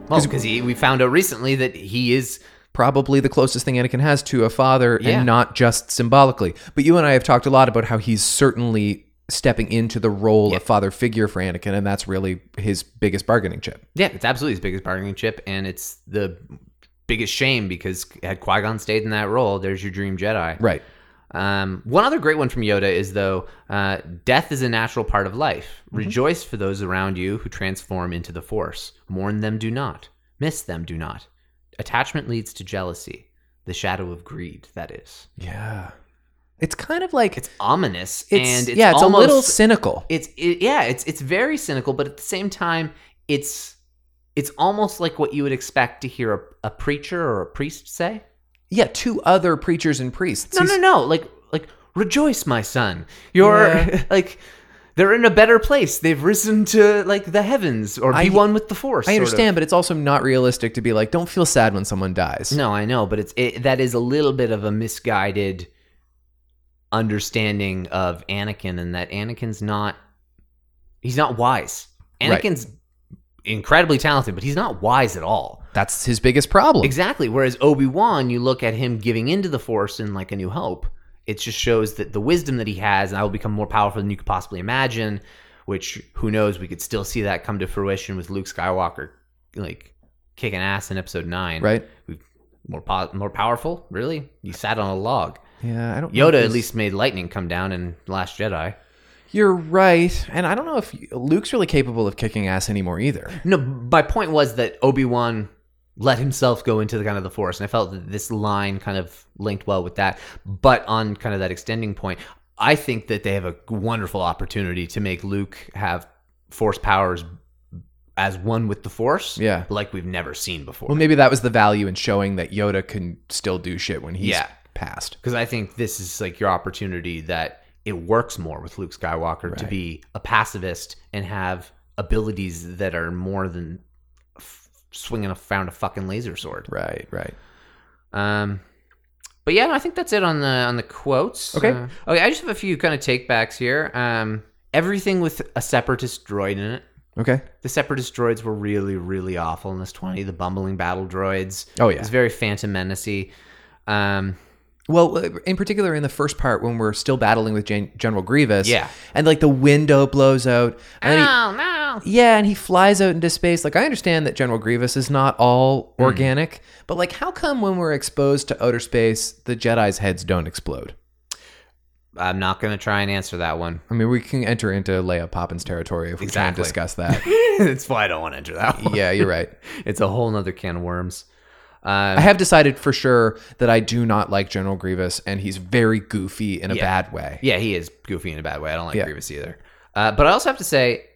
B: Well, because we found out recently that he is.
C: Probably the closest thing Anakin has to a father,
B: Yeah.
C: and not just symbolically. But you and I have talked a lot about how he's certainly stepping into the role of father figure for Anakin, and that's really his biggest bargaining chip.
B: Yeah, it's absolutely his biggest bargaining chip, and it's the biggest shame because had Qui Gon stayed in that role, there's your dream Jedi.
C: Right.
B: Um, one other great one from Yoda is though, uh, death is a natural part of life.
C: Mm-hmm.
B: Rejoice for those around you who transform into the Force. Mourn them, do not. Miss them, do not. Attachment leads to jealousy, the shadow of greed. That is.
C: Yeah. It's kind of like
B: It's ominous,
C: it's,
B: and it's
C: yeah, it's a little
B: almost-
C: cynical.
B: It's it, yeah, it's it's very cynical, but at the same time, it's it's almost like what you would expect to hear a, a preacher or a priest say.
C: yeah, two other preachers and priests.
B: No,
C: He's-
B: no, no. Like, like, rejoice, my son. You're
C: Yeah.
B: like, they're in a better place. They've risen to like the heavens, or be
C: I-
B: one with the force.
C: I
B: sort of.
C: understand, but it's also not realistic to be like, don't feel sad when someone dies.
B: No, I know, but it's it, that is a little bit of a misguided understanding of Anakin, and that Anakin's not. He's not wise.
C: Right.
B: Anakin's incredibly talented, but he's not wise at all.
C: That's his biggest problem.
B: Exactly. Whereas Obi Wan, you look at him giving into the Force in like A New Hope. It just shows that the wisdom that he has, and I will become more powerful than you could possibly imagine. Which who knows? We could still see that come to fruition with Luke Skywalker, like kicking ass in Episode Nine.
C: Right?
B: More po- more powerful, really. You sat on a log.
C: Yeah, I don't know if
B: Yoda at
C: he's-
B: least made lightning come down in Last Jedi.
C: You're right. And I don't know if Luke's really capable of kicking ass anymore either.
B: No, my point was that Obi Wan let himself go into the kind of the force, and I felt that this line kind of linked well with that. But on kind of that extending point, I think that they have a wonderful opportunity to make Luke have force powers as one with the force,
C: Yeah.
B: like we've never seen before.
C: Well, maybe that was the value in showing that Yoda can still do shit when he's
B: Yeah.
C: passed.
B: because I think this is like your opportunity that it works more with Luke Skywalker to
C: Right.
B: be a pacifist and have abilities that are more than f- swinging a around a fucking laser sword.
C: Right, right.
B: Um, but yeah, no, I think that's it on the on the quotes.
C: Okay.
B: Uh, okay, I just have a few kind of takebacks here. Um, everything with a separatist droid in it.
C: Okay.
B: The separatist droids were really, really awful in this twenty. The bumbling battle droids.
C: Oh, yeah.
B: it's very Phantom Menacey. Um,
C: Well, uh, in particular, in the first part when we're still battling with Gen- General Grievous,
B: Yeah.
C: and like the window blows out, and then he,
B: oh no!
C: Yeah, and he flies out into space. Like I understand that General Grievous is not all
B: Mm.
C: organic, but like how come when we're exposed to outer space, the Jedi's heads don't explode?
B: I'm not gonna try and answer that one.
C: I mean, we can enter into Leia Poppins territory if we try and
B: Exactly.
C: discuss that.
B: That's why I don't want to enter that one.
C: yeah, you're right.
B: It's a whole nother can of worms. Um,
C: I have decided for sure that I do not like General Grievous, and he's very goofy in a
B: Yeah.
C: bad way.
B: Yeah, he is goofy in a bad way. I don't like
C: Yeah.
B: Grievous either. Uh, but I also have to say,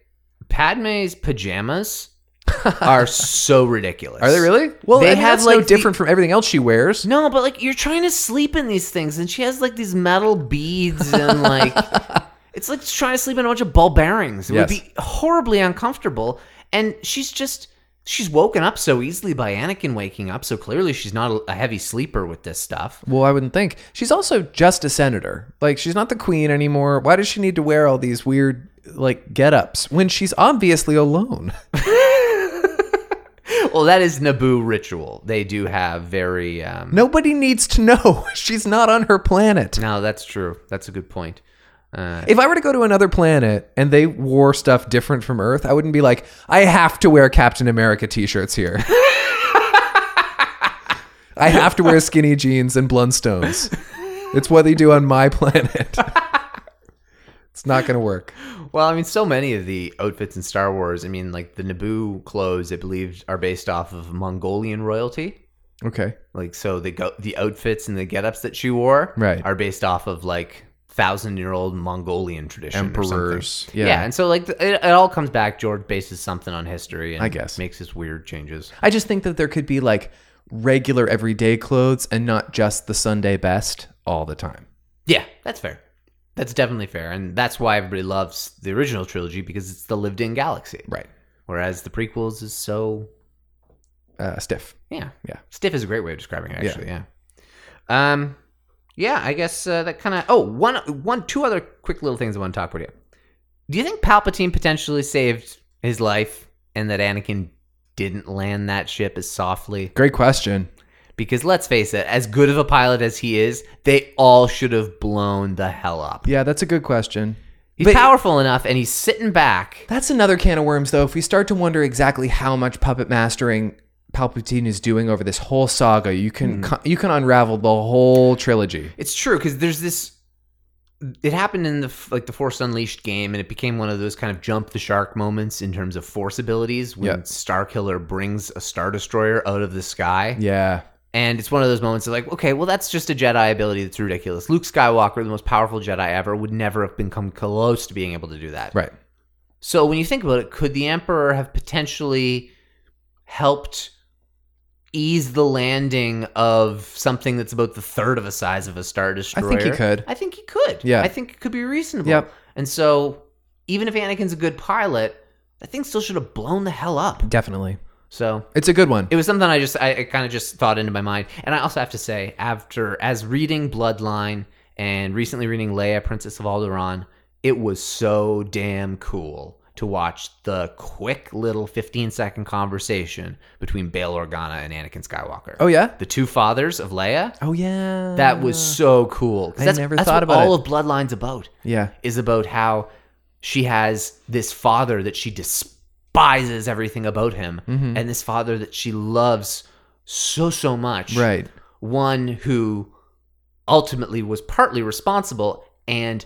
B: Padme's pajamas are so ridiculous.
C: Are they really? Well,
B: They
C: I mean,
B: have,
C: that's no
B: like, the-
C: different from everything else she wears.
B: No, but like you're trying to sleep in these things, and she has like these metal beads and like it's like trying to sleep in a bunch of ball bearings. It would
C: Yes.
B: be horribly uncomfortable. And she's just she's woken up so easily by Anakin waking up, so clearly she's not a- a heavy sleeper with this stuff.
C: Well, I wouldn't think. She's also just a senator. Like she's not the queen anymore. Why does she need to wear all these weird like get-ups when she's obviously alone?
B: well, that is Naboo ritual. They do have very. Um,
C: Nobody needs to know. She's not on her planet.
B: no, that's true. That's a good point. Uh,
C: If I were to go to another planet and they wore stuff different from Earth, I wouldn't be like, I have to wear Captain America t shirts here. I have to wear skinny jeans and Blundstones. It's what they do on my planet. it's not going to work.
B: Well, I mean, so many of the outfits in Star Wars. I mean, like the Naboo clothes, I believe, are based off of Mongolian royalty.
C: Okay.
B: Like, so the go- the outfits and the getups that she wore
C: Right.
B: are based off of like thousand year old Mongolian tradition or something.
C: Emperors.
B: Yeah.
C: Yeah.
B: and so like th- it, it all comes back. George bases something on history, and
C: I guess.
B: makes his weird changes.
C: I just think that there could be like regular everyday clothes and not just the Sunday best all the time.
B: Yeah, that's fair. That's definitely fair, and that's why everybody loves the original trilogy because it's the lived-in galaxy.
C: Right.
B: Whereas the prequels is so
C: Uh, stiff.
B: Yeah.
C: Yeah.
B: Stiff is a great way of describing it, actually. Yeah. Um, yeah, I guess uh, that kind of. Oh, one, one, two other quick little things I want to talk about here. Do you think Palpatine potentially saved his life and that Anakin didn't land that ship as softly?
C: Great question.
B: Because let's face it, as good of a pilot as he is, they all should have blown the hell up.
C: Yeah, that's a good question.
B: He's
C: But-
B: powerful enough and he's sitting back.
C: That's another can of worms, though. If we start to wonder exactly how much puppet mastering Palpatine is doing over this whole saga, you
B: Mm-hmm.
C: can you can unravel the whole trilogy.
B: It's true because there's this. It happened in the f- like the Force Unleashed game, and it became one of those kind of jump the shark moments in terms of Force abilities when
C: Yeah.
B: Star Killer brings a Star Destroyer out of the sky,
C: Yeah,
B: and it's one of those moments of like, okay, well that's just a Jedi ability that's ridiculous. Luke Skywalker, the most powerful Jedi ever, would never have been come close to being able to do that.
C: right.
B: So when you think about it, could the Emperor have potentially helped ease the landing of something that's about the third of the size of a star destroyer?
C: he could.
B: I think he could.
C: Yeah.
B: I think it could be reasonable.
C: Yep.
B: And so even if Anakin's a good pilot, that thing still should have blown the hell up.
C: Definitely,
B: So
C: it's a good one.
B: it was something I just I, I kind of just thought into my mind, and I also have to say, after as reading Bloodline and recently reading Leia, Princess of Alderaan, it was so damn cool to watch the quick little fifteen second conversation between Bail Organa and Anakin Skywalker.
C: oh yeah.
B: the two fathers of Leia.
C: Oh yeah.
B: That was so cool. 'Cause
C: Uh, I
B: that's,
C: never
B: that's
C: thought
B: what
C: about
B: all
C: it.
B: of Bloodline's about
C: yeah.
B: is about how she has this father that she despises everything about him
C: Mm-hmm.
B: and this father that she loves so so much
C: Right.
B: one who ultimately was partly responsible and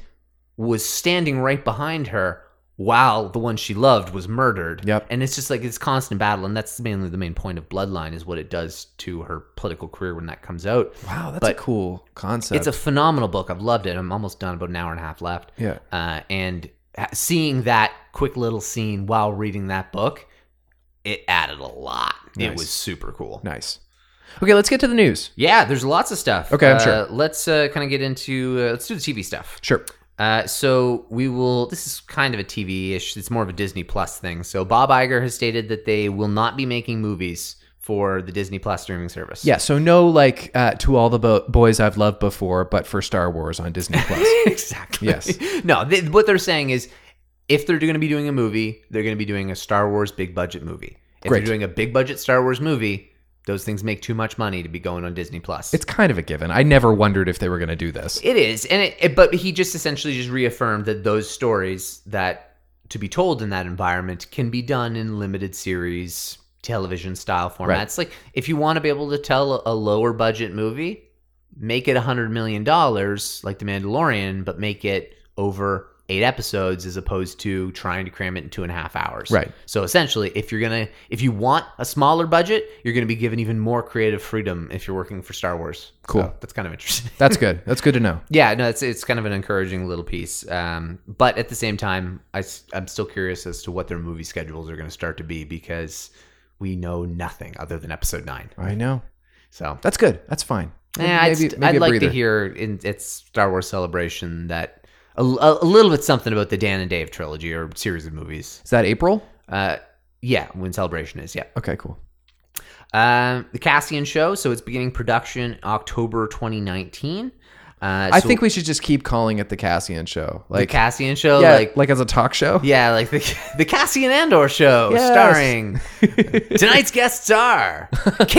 B: was standing right behind her while the one she loved was murdered
C: Yep.
B: and it's just like this constant battle and that's mainly the main point of bloodline is what it does to her political career when that comes out
C: Wow, that's
B: But
C: a cool concept.
B: it's a phenomenal book. I've loved it. I'm almost done, about an hour and a half left.
C: Yeah.
B: Uh, and ha- seeing that quick little scene while reading that book, it added a lot. It
C: Nice.
B: was super cool.
C: nice. Okay, let's get to the news.
B: Yeah, there's lots of stuff.
C: Okay, I'm
B: Uh,
C: sure.
B: Let's uh, kind of get into uh, let's do the TV stuff.
C: Sure.
B: Uh, so we will. This is kind of a TV ish. It's more of a Disney Plus thing. So Bob Iger has stated that they will not be making movies for the Disney Plus streaming service.
C: Yeah. So no, like uh, to all the bo- boys I've loved before, but for Star Wars on Disney Plus.
B: exactly.
C: Yes.
B: No, they, what they're saying is if they're going to be doing a movie, they're going to be doing a Star Wars big budget movie. If
C: Great.
B: they're doing a big budget Star Wars movie, those things make too much money to be going on Disney Plus.
C: it's kind of a given. I never wondered if they were going to do this.
B: it is, and it, it- but he just essentially just reaffirmed that those stories that to be told in that environment can be done in limited series television style formats. Like if you want to be able to tell a, a lower budget movie, make it a hundred million dollars like The Mandalorian, but make it over eight episodes as opposed to trying to cram it in two and a half hours.
C: Right.
B: So essentially, if you're gonna, if you want a smaller budget, you're gonna be given even more creative freedom if you're working for Star Wars.
C: Cool.
B: So that's kind of interesting.
C: That's good. That's good to know.
B: Yeah, no, it's it's kind of an encouraging little piece, um, but at the same time, I, am still curious as to what their movie schedules are going to start to be because we know nothing other than episode nine.
C: I know.
B: So
C: That's good. That's fine.
B: eh, I'd, st- I'd
C: a
B: like
C: breather.
B: to hear in its Star Wars celebration that a, a- a little bit something about the Dan and Dave trilogy or series of movies.
C: Is that April?
B: Uh, yeah, when celebration is, yeah.
C: Okay, cool.
B: Um, the Cassian Show, so it's beginning production October 2019. Uh,
C: I
B: so
C: think we should just keep calling it the Cassian Show.
B: the
C: Like
B: Cassian show,
C: yeah,
B: like
C: like, as a talk show.
B: yeah, like the the Cassian Andor show,
C: Yes.
B: starring tonight's guest star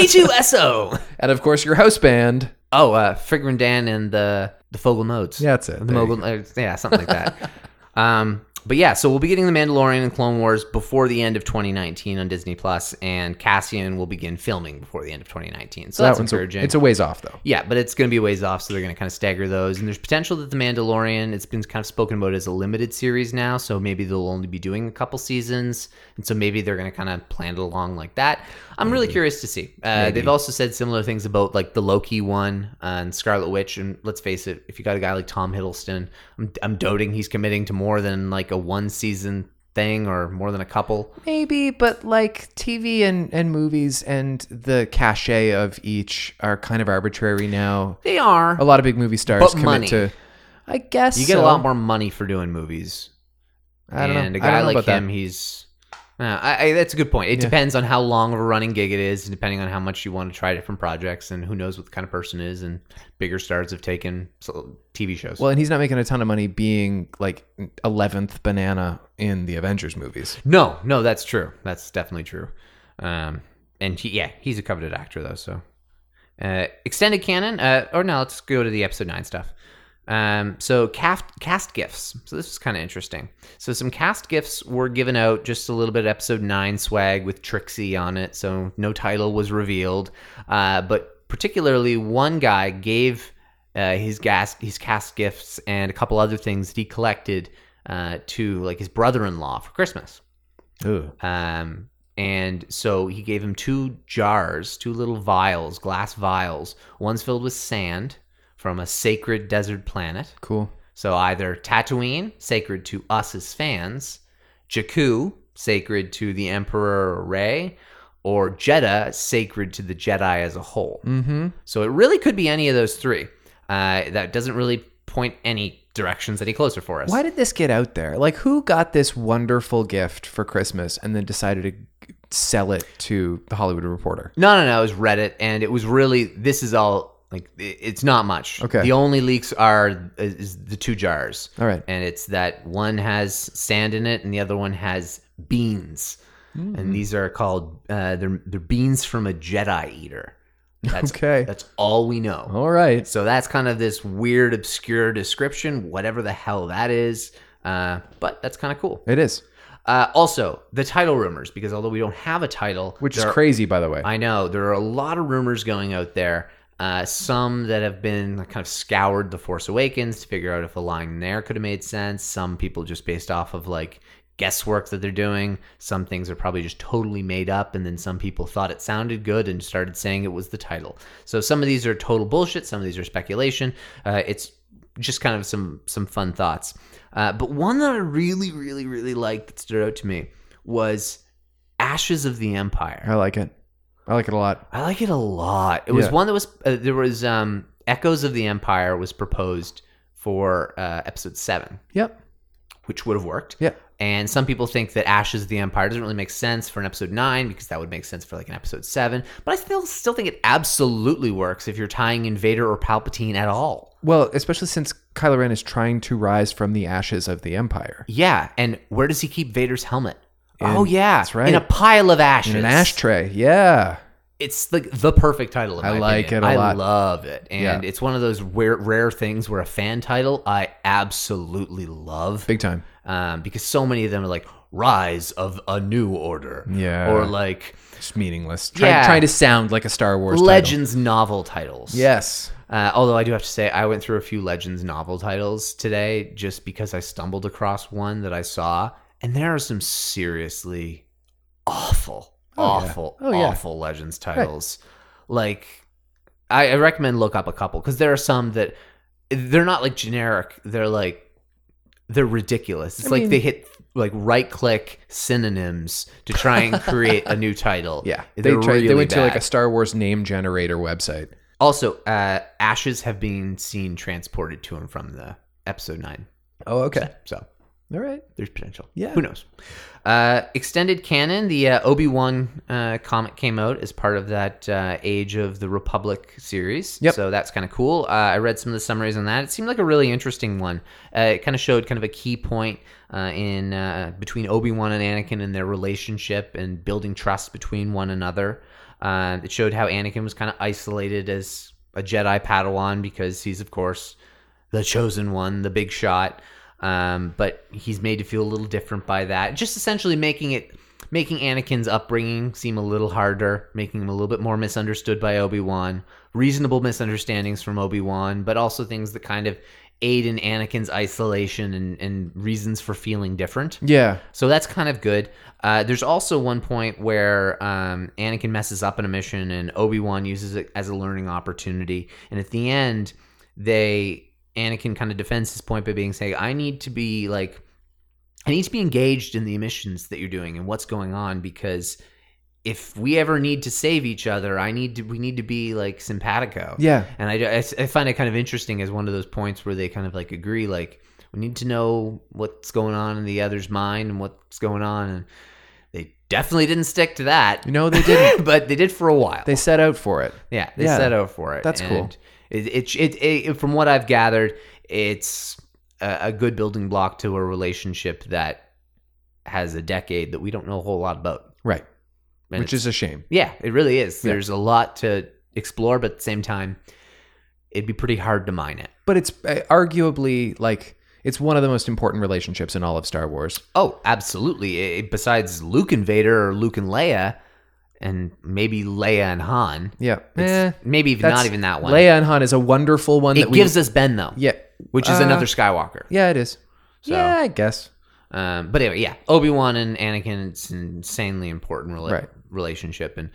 B: K2SO.
C: And of course your house band.
B: Oh, uh, Frigrin Dan and the the Fogel Modes.
C: Yeah, that's it.
B: The
C: There you
B: Mogul, uh, yeah, something like that. um, but yeah, so we'll be getting the Mandalorian and Clone Wars before the end of 2019 on Disney Plus, and Cassian will begin filming before the end of 2019. So that's
C: one's a-
B: encouraging.
C: it's a ways off though.
B: Yeah, but it's going to be a ways off, so they're going to kind of stagger those. And there's potential that The Mandalorian, it's been kind of spoken about as a limited series now, so maybe they'll only be doing a couple seasons. And so maybe they're going to kind of plan it along like that. I'm really curious to see. Uh, they've also said similar things about like the Loki one uh, and Scarlet Witch. And let's face it, if you got a guy like Tom Hiddleston, I'm, I'm doting he's committing to more than like a one season thing or more than a couple.
C: Maybe, but like TV and, and movies and the cachet of each are kind of arbitrary now.
B: They are.
C: A lot of big movie stars
B: But
C: commit
B: money.
C: to. I guess
B: You get a
C: so.
B: lot more money for doing movies.
C: I don't know.
B: and a
C: I don't
B: guy
C: know
B: like
C: about that.
B: him, he's. Uh, I, I, that's a good point. It depends on how long of a running gig it is, and depending on how much you want to try different projects, and who knows what kind of person is. And bigger stars have taken so- TV shows.
C: Well, and he's not making a ton of money being like 11th banana in the Avengers movies.
B: no, no, that's true. That's definitely true. Um, and he, yeah, he's a coveted actor though. So uh, extended canon, uh, or no, let's go to the episode nine stuff. Um, so cast, cast gifts. So this is kind of interesting. So some cast gifts were given out, just a little bit of episode nine swag with Trixie on it. So no title was revealed, uh, but particularly one guy gave uh, his gas, his cast gifts, and a couple other things that he collected uh, to like his brother-in-law for Christmas. Um, and so he gave him two jars, two little vials, glass vials. One's filled with sand from a sacred desert planet.
C: Cool.
B: So either Tatooine, sacred to us as fans, Jakku, sacred to the Emperor Rey, or Jeddah, sacred to the Jedi as a whole.
C: Mm-hmm.
B: So it really could be any of those three. Uh, that doesn't really point any directions any closer for us.
C: Why did this get out there? Like, who got this wonderful gift for Christmas and then decided to sell it to the Hollywood Reporter?
B: No, no, no. It was Reddit, and it was really this is all like i- it's not much.
C: Okay.
B: The only leaks are is- is the two jars.
C: All right.
B: And it's that one has sand in it, and the other one has beans,
C: Hmm.
B: and these are called uh, they're they're beans from a Jedi eater. That's,
C: Okay. Oh.
B: That's all we know.
C: All right.
B: So that's kind of this weird, obscure description, whatever the hell that is. Uh, but that's kind of cool.
C: It is,
B: Uh, also, the title rumors, because although we don't have a title,
C: which is
B: there are
C: crazy, by the way.
B: I know there are a lot of rumors going out there. Uh, some that have been kind of scoured the Force Awakens to figure out if a line there could have made sense. Some people just based off of like guesswork that they're doing. Some things are probably just totally made up, and then some people thought it sounded good and started saying it was the title. So some of these are total bullshit. Some of these are speculation. Uh, it's just kind of some some fun thoughts. Uh, but one that I really, really, really liked that stood out to me was Ashes of the Empire.
C: I like it. I like it a lot.
B: I like it a lot. It was
C: Yeah.
B: one that was uh, there was um Echoes of the Empire was proposed for uh, episode seven,
C: Yep.
B: which would have worked.
C: Yep.
B: And some people think that Ashes of the Empire doesn't really make sense for an episode nine because that would make sense for like an episode seven. But I still still think it absolutely works if you're tying Invader or Palpatine at all.
C: Well, especially since Kylo Ren is trying to rise from the ashes of the Empire.
B: Yeah. And where does he keep Vader's helmet?
C: In-
B: oh yeah,
C: that's right.
B: In a pile of ashes.
C: In an ashtray. Yeah.
B: it's the the perfect title. in
C: I
B: my
C: like
B: opinion.
C: it a
B: I
C: lot.
B: love it, and
C: Yeah.
B: it's one of those rare rare things where a fan title I absolutely love
C: Big time.
B: um, because so many of them are like "Rise of a New Order,"
C: Yeah.
B: or like
C: It's meaningless. Try,
B: Yeah.
C: Trying to sound like a Star Wars title.
B: Legends novel titles.
C: Yes.
B: Uh, although I do have to say, I went through a few Legends novel titles today just because I stumbled across one that I saw, and there are some seriously awful, awful,
C: Oh, yeah.
B: awful Legends titles. Like, I, I recommend look up a couple because there are some that they're not like generic. They're like they're ridiculous. It's
C: I
B: like
C: mean-
B: they hit like right click synonyms to try and create a new title.
C: Yeah. They,
B: They're
C: tried, they
B: really
C: went to like a
B: bad.
C: Star Wars name generator website.
B: Also, uh, ashes have been seen transported to and from the episode nine.
C: Oh, okay.
B: So
C: All right.
B: There's potential.
C: Yeah.
B: Who knows? Uh, extended canon. The uh, Obi Wan uh, comic came out as part of that uh, Age of the Republic series.
C: Yep.
B: So that's kind of cool. Uh, I read some of the summaries on that. It seemed like a really interesting one. Uh, it kind of showed kind of a key point uh, in uh, between Obi Wan and Anakin and their relationship and building trust between one another. Uh, it showed how Anakin was kind of isolated as a Jedi Padawan because he's of course the chosen one, the big shot. Um, but he's made to feel a little different by that. Just essentially making it, making Anakin's upbringing seem a little harder, making him a little bit more misunderstood by Obi Wan. Reasonable misunderstandings from Obi Wan, but also things that kind of aid in Anakin's isolation and, and reasons for feeling different.
C: Yeah.
B: So that's kind of good. Uh, there's also one point where um, Anakin messes up in a mission and Obi Wan uses it as a learning opportunity. And at the end, they Anakin kind of defends his point by being saying, "I need to be like, I need to be engaged in the missions that you're doing and what's going on because." If we ever need to save each other, I need to. We need to be like simpatico.
C: Yeah.
B: And I, I s- I find it kind of interesting as one of those points where they kind of like agree, like, we need to know what's going on in the other's mind and what's going on. And they definitely didn't stick to that.
C: You know, they didn't.
B: but they did for a while.
C: They set out for it.
B: yeah, they
C: Yeah.
B: set out for it.
C: That's cool.
B: And It, it, it, it, from what I've gathered, it's a, a good building block to a relationship that has a decade that we don't know a whole lot about.
C: Right.
B: And
C: Which is a shame.
B: yeah, it really is.
C: Yeah.
B: There's a lot to explore, but at the same time, it'd be pretty hard to mine it.
C: But it's uh, arguably like it's one of the most important relationships in all of Star Wars.
B: Oh, absolutely. I- I- besides Luke and Vader or Luke and Leia, and maybe Leia and Han.
C: Yeah.
B: It's-
C: Eh,
B: maybe even
C: that's-
B: not even that one.
C: Leia and Han is a wonderful one
B: it
C: that we-
B: gives us Ben though.
C: Yeah.
B: which is
C: Uh,
B: another Skywalker.
C: Yeah, it is.
B: So-
C: Yeah, I guess.
B: Um, but anyway, yeah, Obi Wan and Anakin. It's an insanely important rela-
C: Right.
B: relationship, and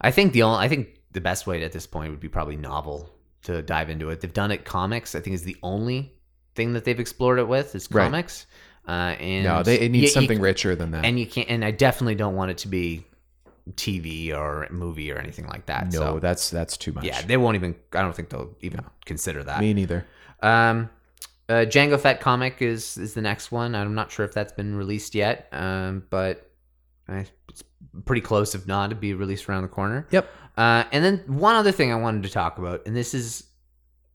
B: I think the only, I think the best way at this point would be probably novel to dive into it. They've done it comics. I think is the only thing that they've explored it with is
C: Right.
B: comics. Uh, and
C: No, they, it
B: Yeah,
C: needs
B: you-
C: something richer than that.
B: and you can't and i definitely don't want it to be tv or movie or anything like that
C: no,
B: so
C: that's that's too much.
B: yeah they won't even i don't think they'll even consider that
C: me neither.
B: um uh, Django Fett comic is is the next one. I'm not sure if that's been released yet, um, but I, it's pretty close, if not, to be released around the corner.
C: Yep.
B: Uh, and then one other thing I wanted to talk about, and this is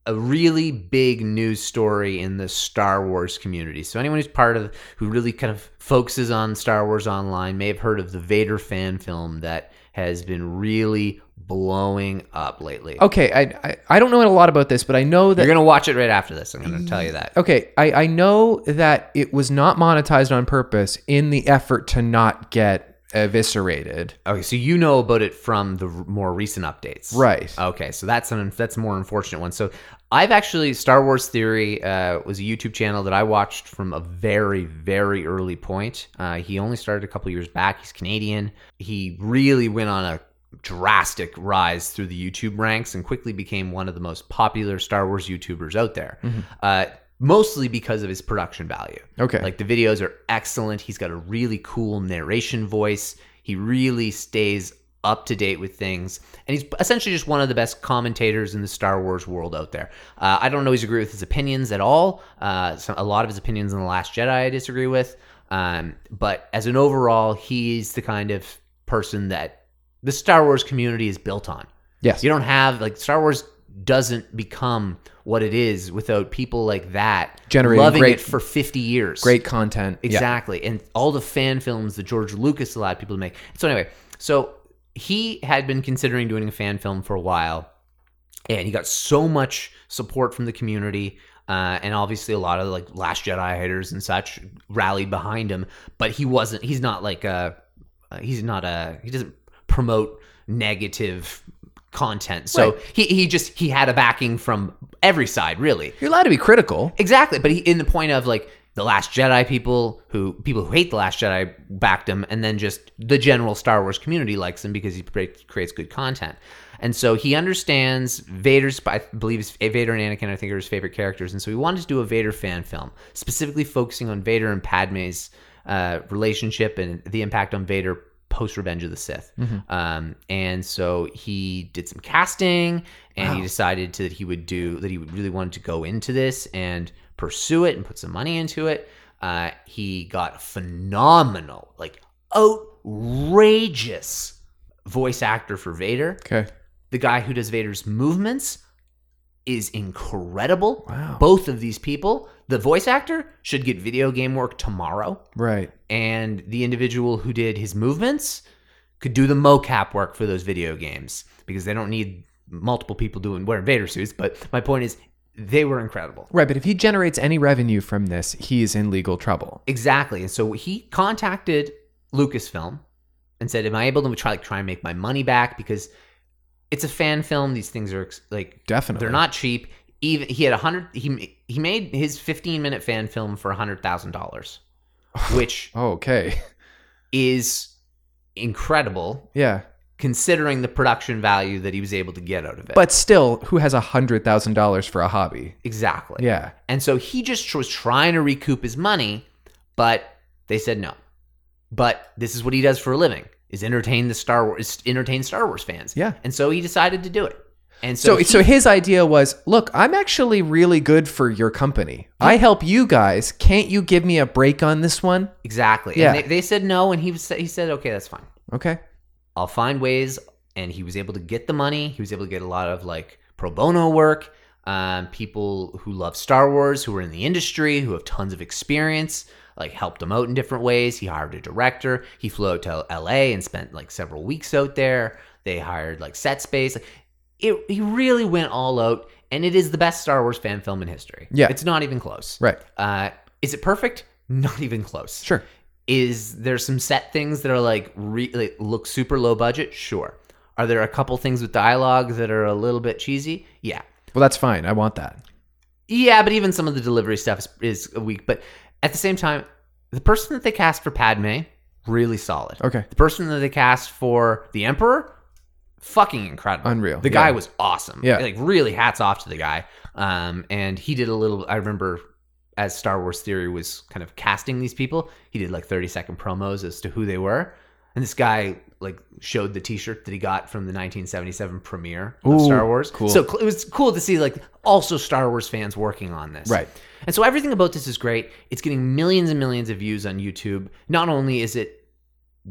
B: a really big news story in the Star Wars community. So anyone who's part of who really kind of focuses on Star Wars online may have heard of the Vader fan film that has been really blowing up lately.
C: Okay, I, I I don't know a lot about this, but I know that
B: You're gonna watch it right after this. I'm gonna tell you that.
C: okay, I I know that it was not monetized on purpose in the effort to not get eviscerated.
B: Okay, so you know about it from the r- more recent updates,
C: Right.
B: Okay, so that's an that's a more unfortunate one. So I've actually Star Wars Theory uh, was a YouTube channel that I watched from a very very early point. Uh, he only started a couple years back. He's Canadian. He really went on a drastic rise through the YouTube ranks and quickly became one of the most popular Star Wars YouTubers out there. Uh, mostly because of his production value.
C: Mm-hmm. Okay.
B: Like the videos are excellent. He's got a really cool narration voice. He really stays up to date with things. And he's essentially just one of the best commentators in the Star Wars world out there. Uh, I don't always agree with his opinions at all. Uh, some, a lot of his opinions in The Last Jedi I disagree with. Um, but as an overall, he's the kind of person that the Star Wars community is built on.
C: Yes.
B: You don't have like Star Wars doesn't become what it is without people like that
C: Generating
B: loving
C: great-
B: it for 50 years.
C: Great content. Yeah.
B: Exactly. And all the fan films that George Lucas allowed people to make. So anyway, so he had been considering doing a fan film for a while and he got so much support from the community uh, and obviously a lot of like last jedi haters and such rallied behind him but he wasn't he's not like a uh, he's not a he doesn't promote negative content so
C: Right.
B: he, he just he had a backing from every side really
C: You're allowed to be critical.
B: Exactly, but he, in the point of like the Last Jedi people who people who hate the Last Jedi backed him, and then just the general Star Wars community likes him because he cre- creates good content, and so he understands Vader's. I believe it's eh, Vader and Anakin. I think are his favorite characters, and so he wanted to do a Vader fan film, specifically focusing on Vader and Padme's uh, relationship and the impact on Vader post Revenge of the Sith. Um, and so he did some casting and he decided to, that he would do that he would really wanted to go into this and pursue it and put some money into it. Uh, he got phenomenal, like outrageous voice actor for Vader.
C: Okay.
B: The guy who does Vader's movements is incredible.
C: Wow.
B: Both of these people, the voice actor should get video game work tomorrow,
C: Right.
B: and the individual who did his movements could do the mocap work for those video games because they don't need multiple people doing wearing Vader suits. But my point is, they were incredible.
C: Right, but if he generates any revenue from this, he is in legal trouble.
B: Exactly. And so he contacted Lucasfilm and said, "Am I able to try like try and make my money back because it's a fan film? These things are ex- like
C: Definitely.
B: they're not cheap. Even he had a hundred. He ma- he made his fifteen minute fan film for a hundred thousand dollars, which
C: Oh, okay.
B: is incredible
C: Yeah.
B: considering the production value that he was able to get out of it.
C: But still, who has a hundred thousand dollars for a hobby?
B: exactly.
C: Yeah.
B: And so he just was trying to recoup his money, but they said no. But this is what he does for a living: is entertain the Star Wars, is entertain Star Wars fans.
C: Yeah.
B: And so he decided to do it. And so,
C: So,
B: he-
C: so his idea was, look, I'm actually really good for your company. I help you guys. Can't you give me a break on this one?
B: exactly.
C: Yeah.
B: And they, they said no, and he was, he said, okay, that's fine.
C: Okay.
B: I'll find ways. And he was able to get the money. He was able to get a lot of like pro bono work, um, people who love Star Wars, who are in the industry, who have tons of experience, like helped him out in different ways. He hired a director. He flew out to LA and spent like several weeks out there. They hired like set space. It, he really went all out. And it is the best Star Wars fan film in history.
C: Yeah.
B: It's not even close.
C: Right.
B: Uh, is it perfect? Not even close
C: Sure.
B: is there some set things that are like, re- like look super low budget sure are there a couple things with dialogue that are a little bit cheesy yeah
C: Well, that's fine. I want that.
B: yeah but even some of the delivery stuff is, is weak but at the same time the person that they cast for padme really solid
C: Okay.
B: the person that they cast for the emperor fucking incredible
C: Unreal,
B: the
C: yeah.
B: guy was awesome
C: Yeah.
B: like really hats off to the guy um and he did a little i remember as star wars theory was kind of casting these people he did like 30 second promos as to who they were and this guy like showed the t-shirt that he got from the 1977 premiere of
C: Ooh,
B: star wars
C: cool.
B: so cl- it was cool to see like also star wars fans working on this
C: Right.
B: and so everything about this is great it's getting millions and millions of views on youtube not only is it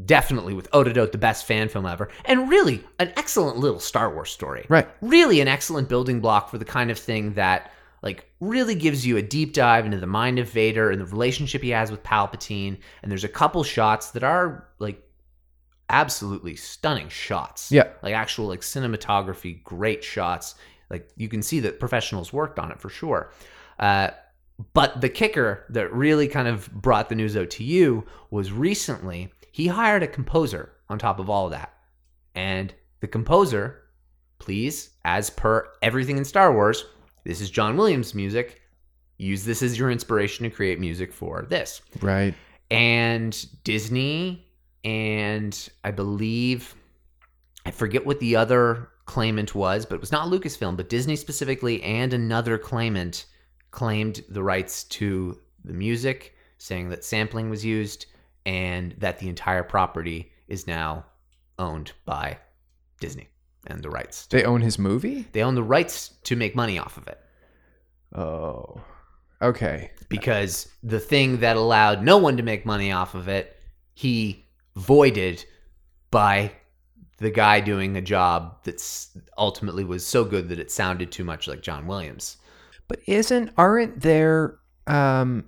B: definitely with Ododote the best fan film ever, and really an excellent little Star Wars story.
C: Right.
B: Really an excellent building block for the kind of thing that like really gives you a deep dive into the mind of Vader and the relationship he has with Palpatine. And there's a couple shots that are like absolutely stunning shots.
C: Yeah.
B: Like actual like cinematography, great shots. Like you can see that professionals worked on it for sure. Uh, but the kicker that really kind of brought the news out to you was recently he hired a composer on top of all of that. And the composer, please, as per everything in Star Wars, this is John Williams' music. Use this as your inspiration to create music for this
C: Right.
B: and Disney and I believe I forget what the other claimant was, but it was not Lucasfilm, but Disney specifically and another claimant claimed the rights to the music, saying that sampling was used and that the entire property is now owned by Disney and the rights.
C: They own his movie.
B: They own the rights to make money off of it
C: Oh. Okay.
B: because the thing that allowed no one to make money off of it, he voided by the guy doing a job that's ultimately was so good that it sounded too much like John Williams.
C: But isn't aren't there um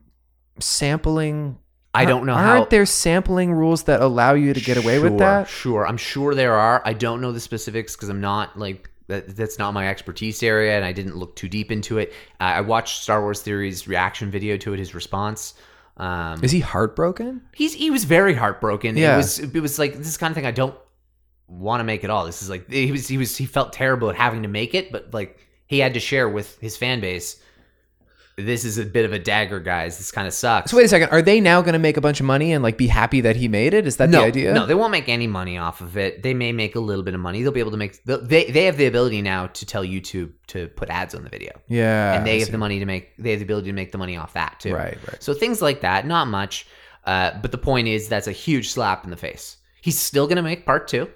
C: sampling?
B: I don't know
C: Aren't
B: how
C: there sampling rules that allow you to get away with
B: Sure,
C: that?
B: Sure, I'm sure there are. I don't know the specifics because I'm not like that, that's not my expertise area, and I didn't look too deep into it. Uh, I watched Star Wars Theory's reaction video to it, his response. Um,
C: Is he heartbroken?
B: he's he was very heartbroken.
C: Yeah.
B: It was it was like this is the kind of thing I don't want to make at all. This is like he was he was he felt terrible at having to make it, but like he had to share with his fan base. This is a bit of a dagger, guys. This kind of sucks.
C: So wait a second. Are they now going to make a bunch of money and like be happy that he made it? Is that
B: no,
C: the idea?
B: no, they won't make any money off of it. They may make a little bit of money. They'll be able to make. They they have the ability now to tell YouTube to put ads on the video.
C: yeah.
B: and they
C: Ah, I
B: have
C: see.
B: the money to make they have the ability to make the money off that too
C: Right, right.
B: so things like that not much uh, but the point is that's a huge slap in the face he's still going to make part two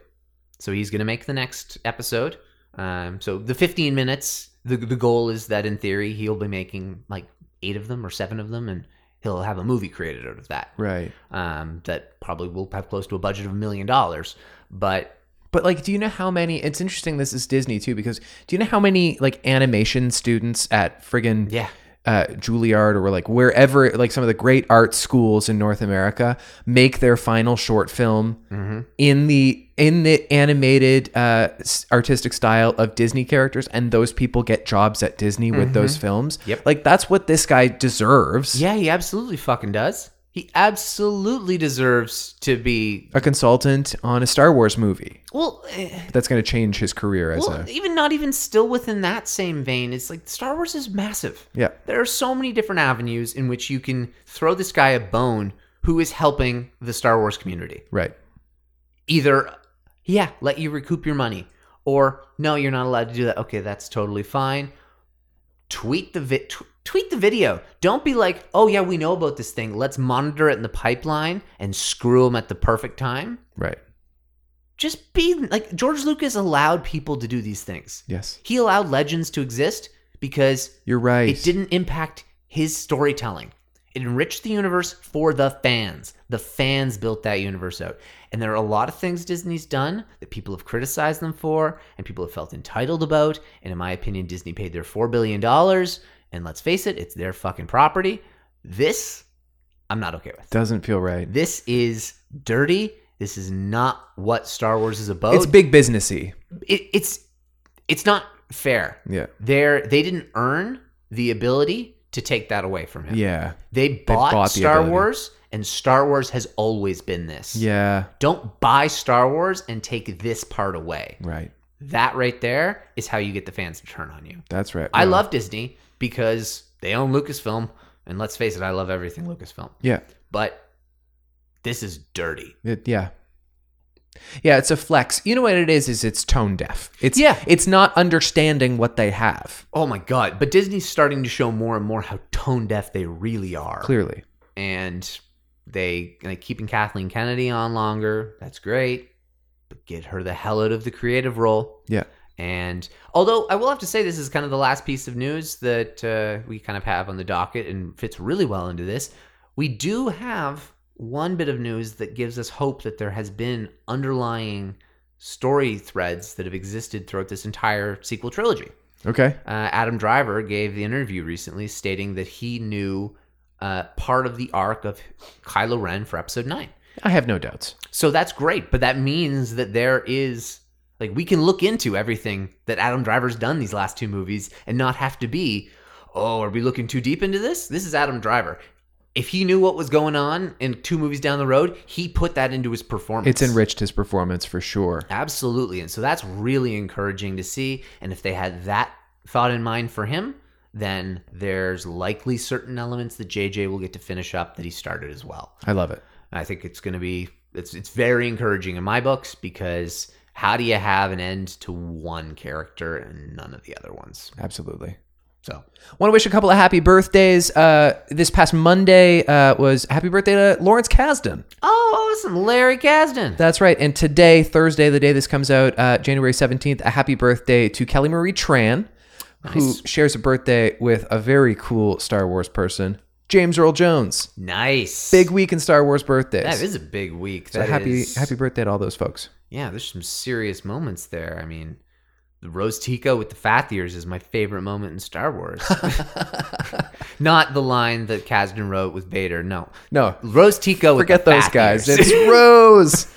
B: so he's going to make the next episode um, so the 15 minutes the, the goal is that in theory he'll be making like eight of them or seven of them and he'll have a movie created out of that.
C: Right.
B: Um, that probably will have close to a budget of a million dollars. But
C: But like, do you know how many? It's interesting. This is Disney too, because do you know how many like animation students at friggin'
B: Yeah.
C: uh, Juilliard or like wherever like some of the great art schools in North America make their final short film
B: Mm-hmm.
C: in the in the animated uh, s- artistic style of Disney characters, and those people get jobs at Disney with those films.
B: Mm-hmm. Yep.
C: like that's what this guy deserves.
B: yeah, he absolutely fucking does. He absolutely deserves to be
C: a consultant on a Star Wars movie
B: well. eh,
C: that's going to change his career as
B: Well,
C: a
B: even not even still within that same vein, it's like Star Wars is massive.
C: Yeah.
B: There are so many different avenues in which you can throw this guy a bone who is helping the Star Wars community.
C: right.
B: Either, yeah, let you recoup your money, or no, you're not allowed to do that. Okay, that's totally fine. Tweet the vi- tw- tweet the video. Don't be like, oh yeah, we know about this thing. Let's monitor it in the pipeline and screw them at the perfect time.
C: Right.
B: Just be like George Lucas allowed people to do these things.
C: Yes.
B: He allowed legends to exist because
C: You're right.
B: it didn't impact his storytelling. It enriched the universe for the fans. The fans built that universe out. And there are a lot of things Disney's done that people have criticized them for and people have felt entitled about. And in my opinion, Disney paid their $4 billion. And let's face it, it's their fucking property. This, I'm not okay with.
C: Doesn't feel right.
B: This is dirty. This is not what Star Wars is about.
C: It's big businessy.
B: It, it's, it's not fair
C: Yeah.
B: they're they didn't earn the ability to take that away from him.
C: Yeah.
B: They bought,
C: bought the
B: Star
C: ability.
B: Wars and Star Wars has always been this.
C: Yeah.
B: Don't buy Star Wars and take this part away.
C: Right.
B: That right there is how you get the fans to turn on you.
C: That's right.
B: I
C: Wow.
B: love Disney because they own Lucasfilm and let's face it, I love everything Lucasfilm.
C: Yeah.
B: But this is dirty.
C: It, yeah. Yeah, it's a flex. You know what it is? Is it's tone deaf. It's
B: Yeah.
C: It's not understanding what they have.
B: Oh my god, but Disney's starting to show more and more how tone deaf they really are.
C: Clearly.
B: and they like keeping Kathleen Kennedy on longer. That's great, but get her the hell out of the creative role.
C: Yeah.
B: And although I will have to say this is kind of the last piece of news that uh, we kind of have on the docket and fits really well into this, we do have one bit of news that gives us hope that there has been underlying story threads that have existed throughout this entire sequel trilogy
C: Okay.
B: uh, Adam Driver gave the interview recently stating that he knew uh, part of the arc of Kylo Ren for episode 9.
C: I have no doubts.
B: So that's great, but that means that there is, like, we can look into everything that Adam Driver's done these last two movies and not have to be, oh, are we looking too deep into this? This is Adam Driver. If he knew what was going on in two movies down the road, he put that into his performance.
C: It's enriched his performance for sure.
B: Absolutely. And so that's really encouraging to see. And if they had that thought in mind for him, then there's likely certain elements that JJ will get to finish up that he started as well.
C: I love it.
B: I think it's going to be it's it's very encouraging in my books because how do you have an end to one character and none of the other ones?
C: Absolutely.
B: So
C: Want to wish a couple of happy birthdays. Uh, this past Monday uh, was happy birthday to Lawrence Kasdan.
B: oh, awesome, Larry Kasdan.
C: That's right. And today, Thursday, the day this comes out, uh, January 17th, a happy birthday to Kelly Marie Tran, who shares a birthday with a very cool Star Wars person, James Earl Jones.
B: nice,
C: Big week in Star Wars birthdays.
B: That is a big week.
C: so
B: That
C: happy
B: is-
C: happy birthday to all those folks.
B: yeah, there's some serious moments there. I mean, the Rose Tico with the fat ears is my favorite moment in Star Wars. Not the line that Kasdan wrote with Vader. No,
C: No,
B: Rose Tico. with
C: forget
B: the
C: those
B: fat
C: guys.
B: ears.
C: It's Rose.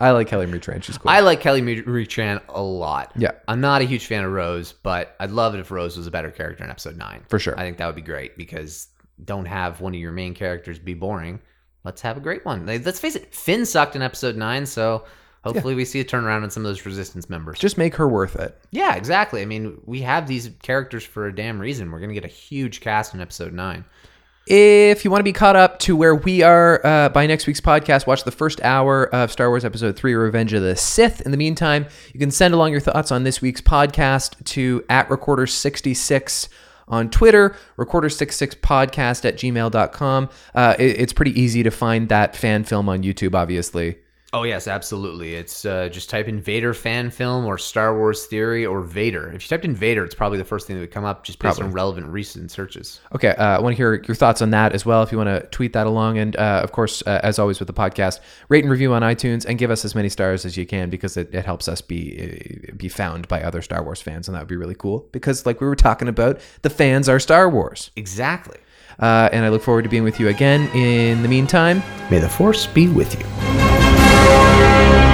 C: I like Kelly Marie Tran. She's cool.
B: I like Kelly Marie Marie Tran a lot.
C: Yeah.
B: I'm not a huge fan of Rose, but I'd love it if Rose was a better character in Episode Nine.
C: For sure.
B: I think that would be great because don't have one of your main characters be boring. Let's have a great one. Like, let's face it, Finn sucked in Episode Nine, so hopefully we see a turnaround on some of those Resistance members.
C: Just make her worth it.
B: Yeah, exactly. I mean, we have these characters for a damn reason. We're going to get a huge cast in episode nine.
C: If you want to be caught up to where we are uh, by next week's podcast, watch the first hour of Star Wars Episode 3 Revenge of the Sith. In the meantime, you can send along your thoughts on this week's podcast to at recorder66 on Twitter, recorder66podcast at gmail.com. Uh, it, it's pretty easy to find that fan film on YouTube, obviously.
B: Oh yes, absolutely. It's uh, just type in Vader fan film or Star Wars theory or Vader. If you typed in Vader, it's probably the first thing that would come up, just based on relevant recent searches.
C: Okay, uh, I want to hear your thoughts on that as well. If you want to tweet that along, and uh, of course, uh, as always with the podcast, rate and review on iTunes and give us as many stars as you can because it, it helps us be uh, be found by other Star Wars fans, and that would be really cool. Because like we were talking about, the fans are Star Wars,
B: Exactly.
C: uh, and I look forward to being with you again. In the meantime.
B: May the force be with you.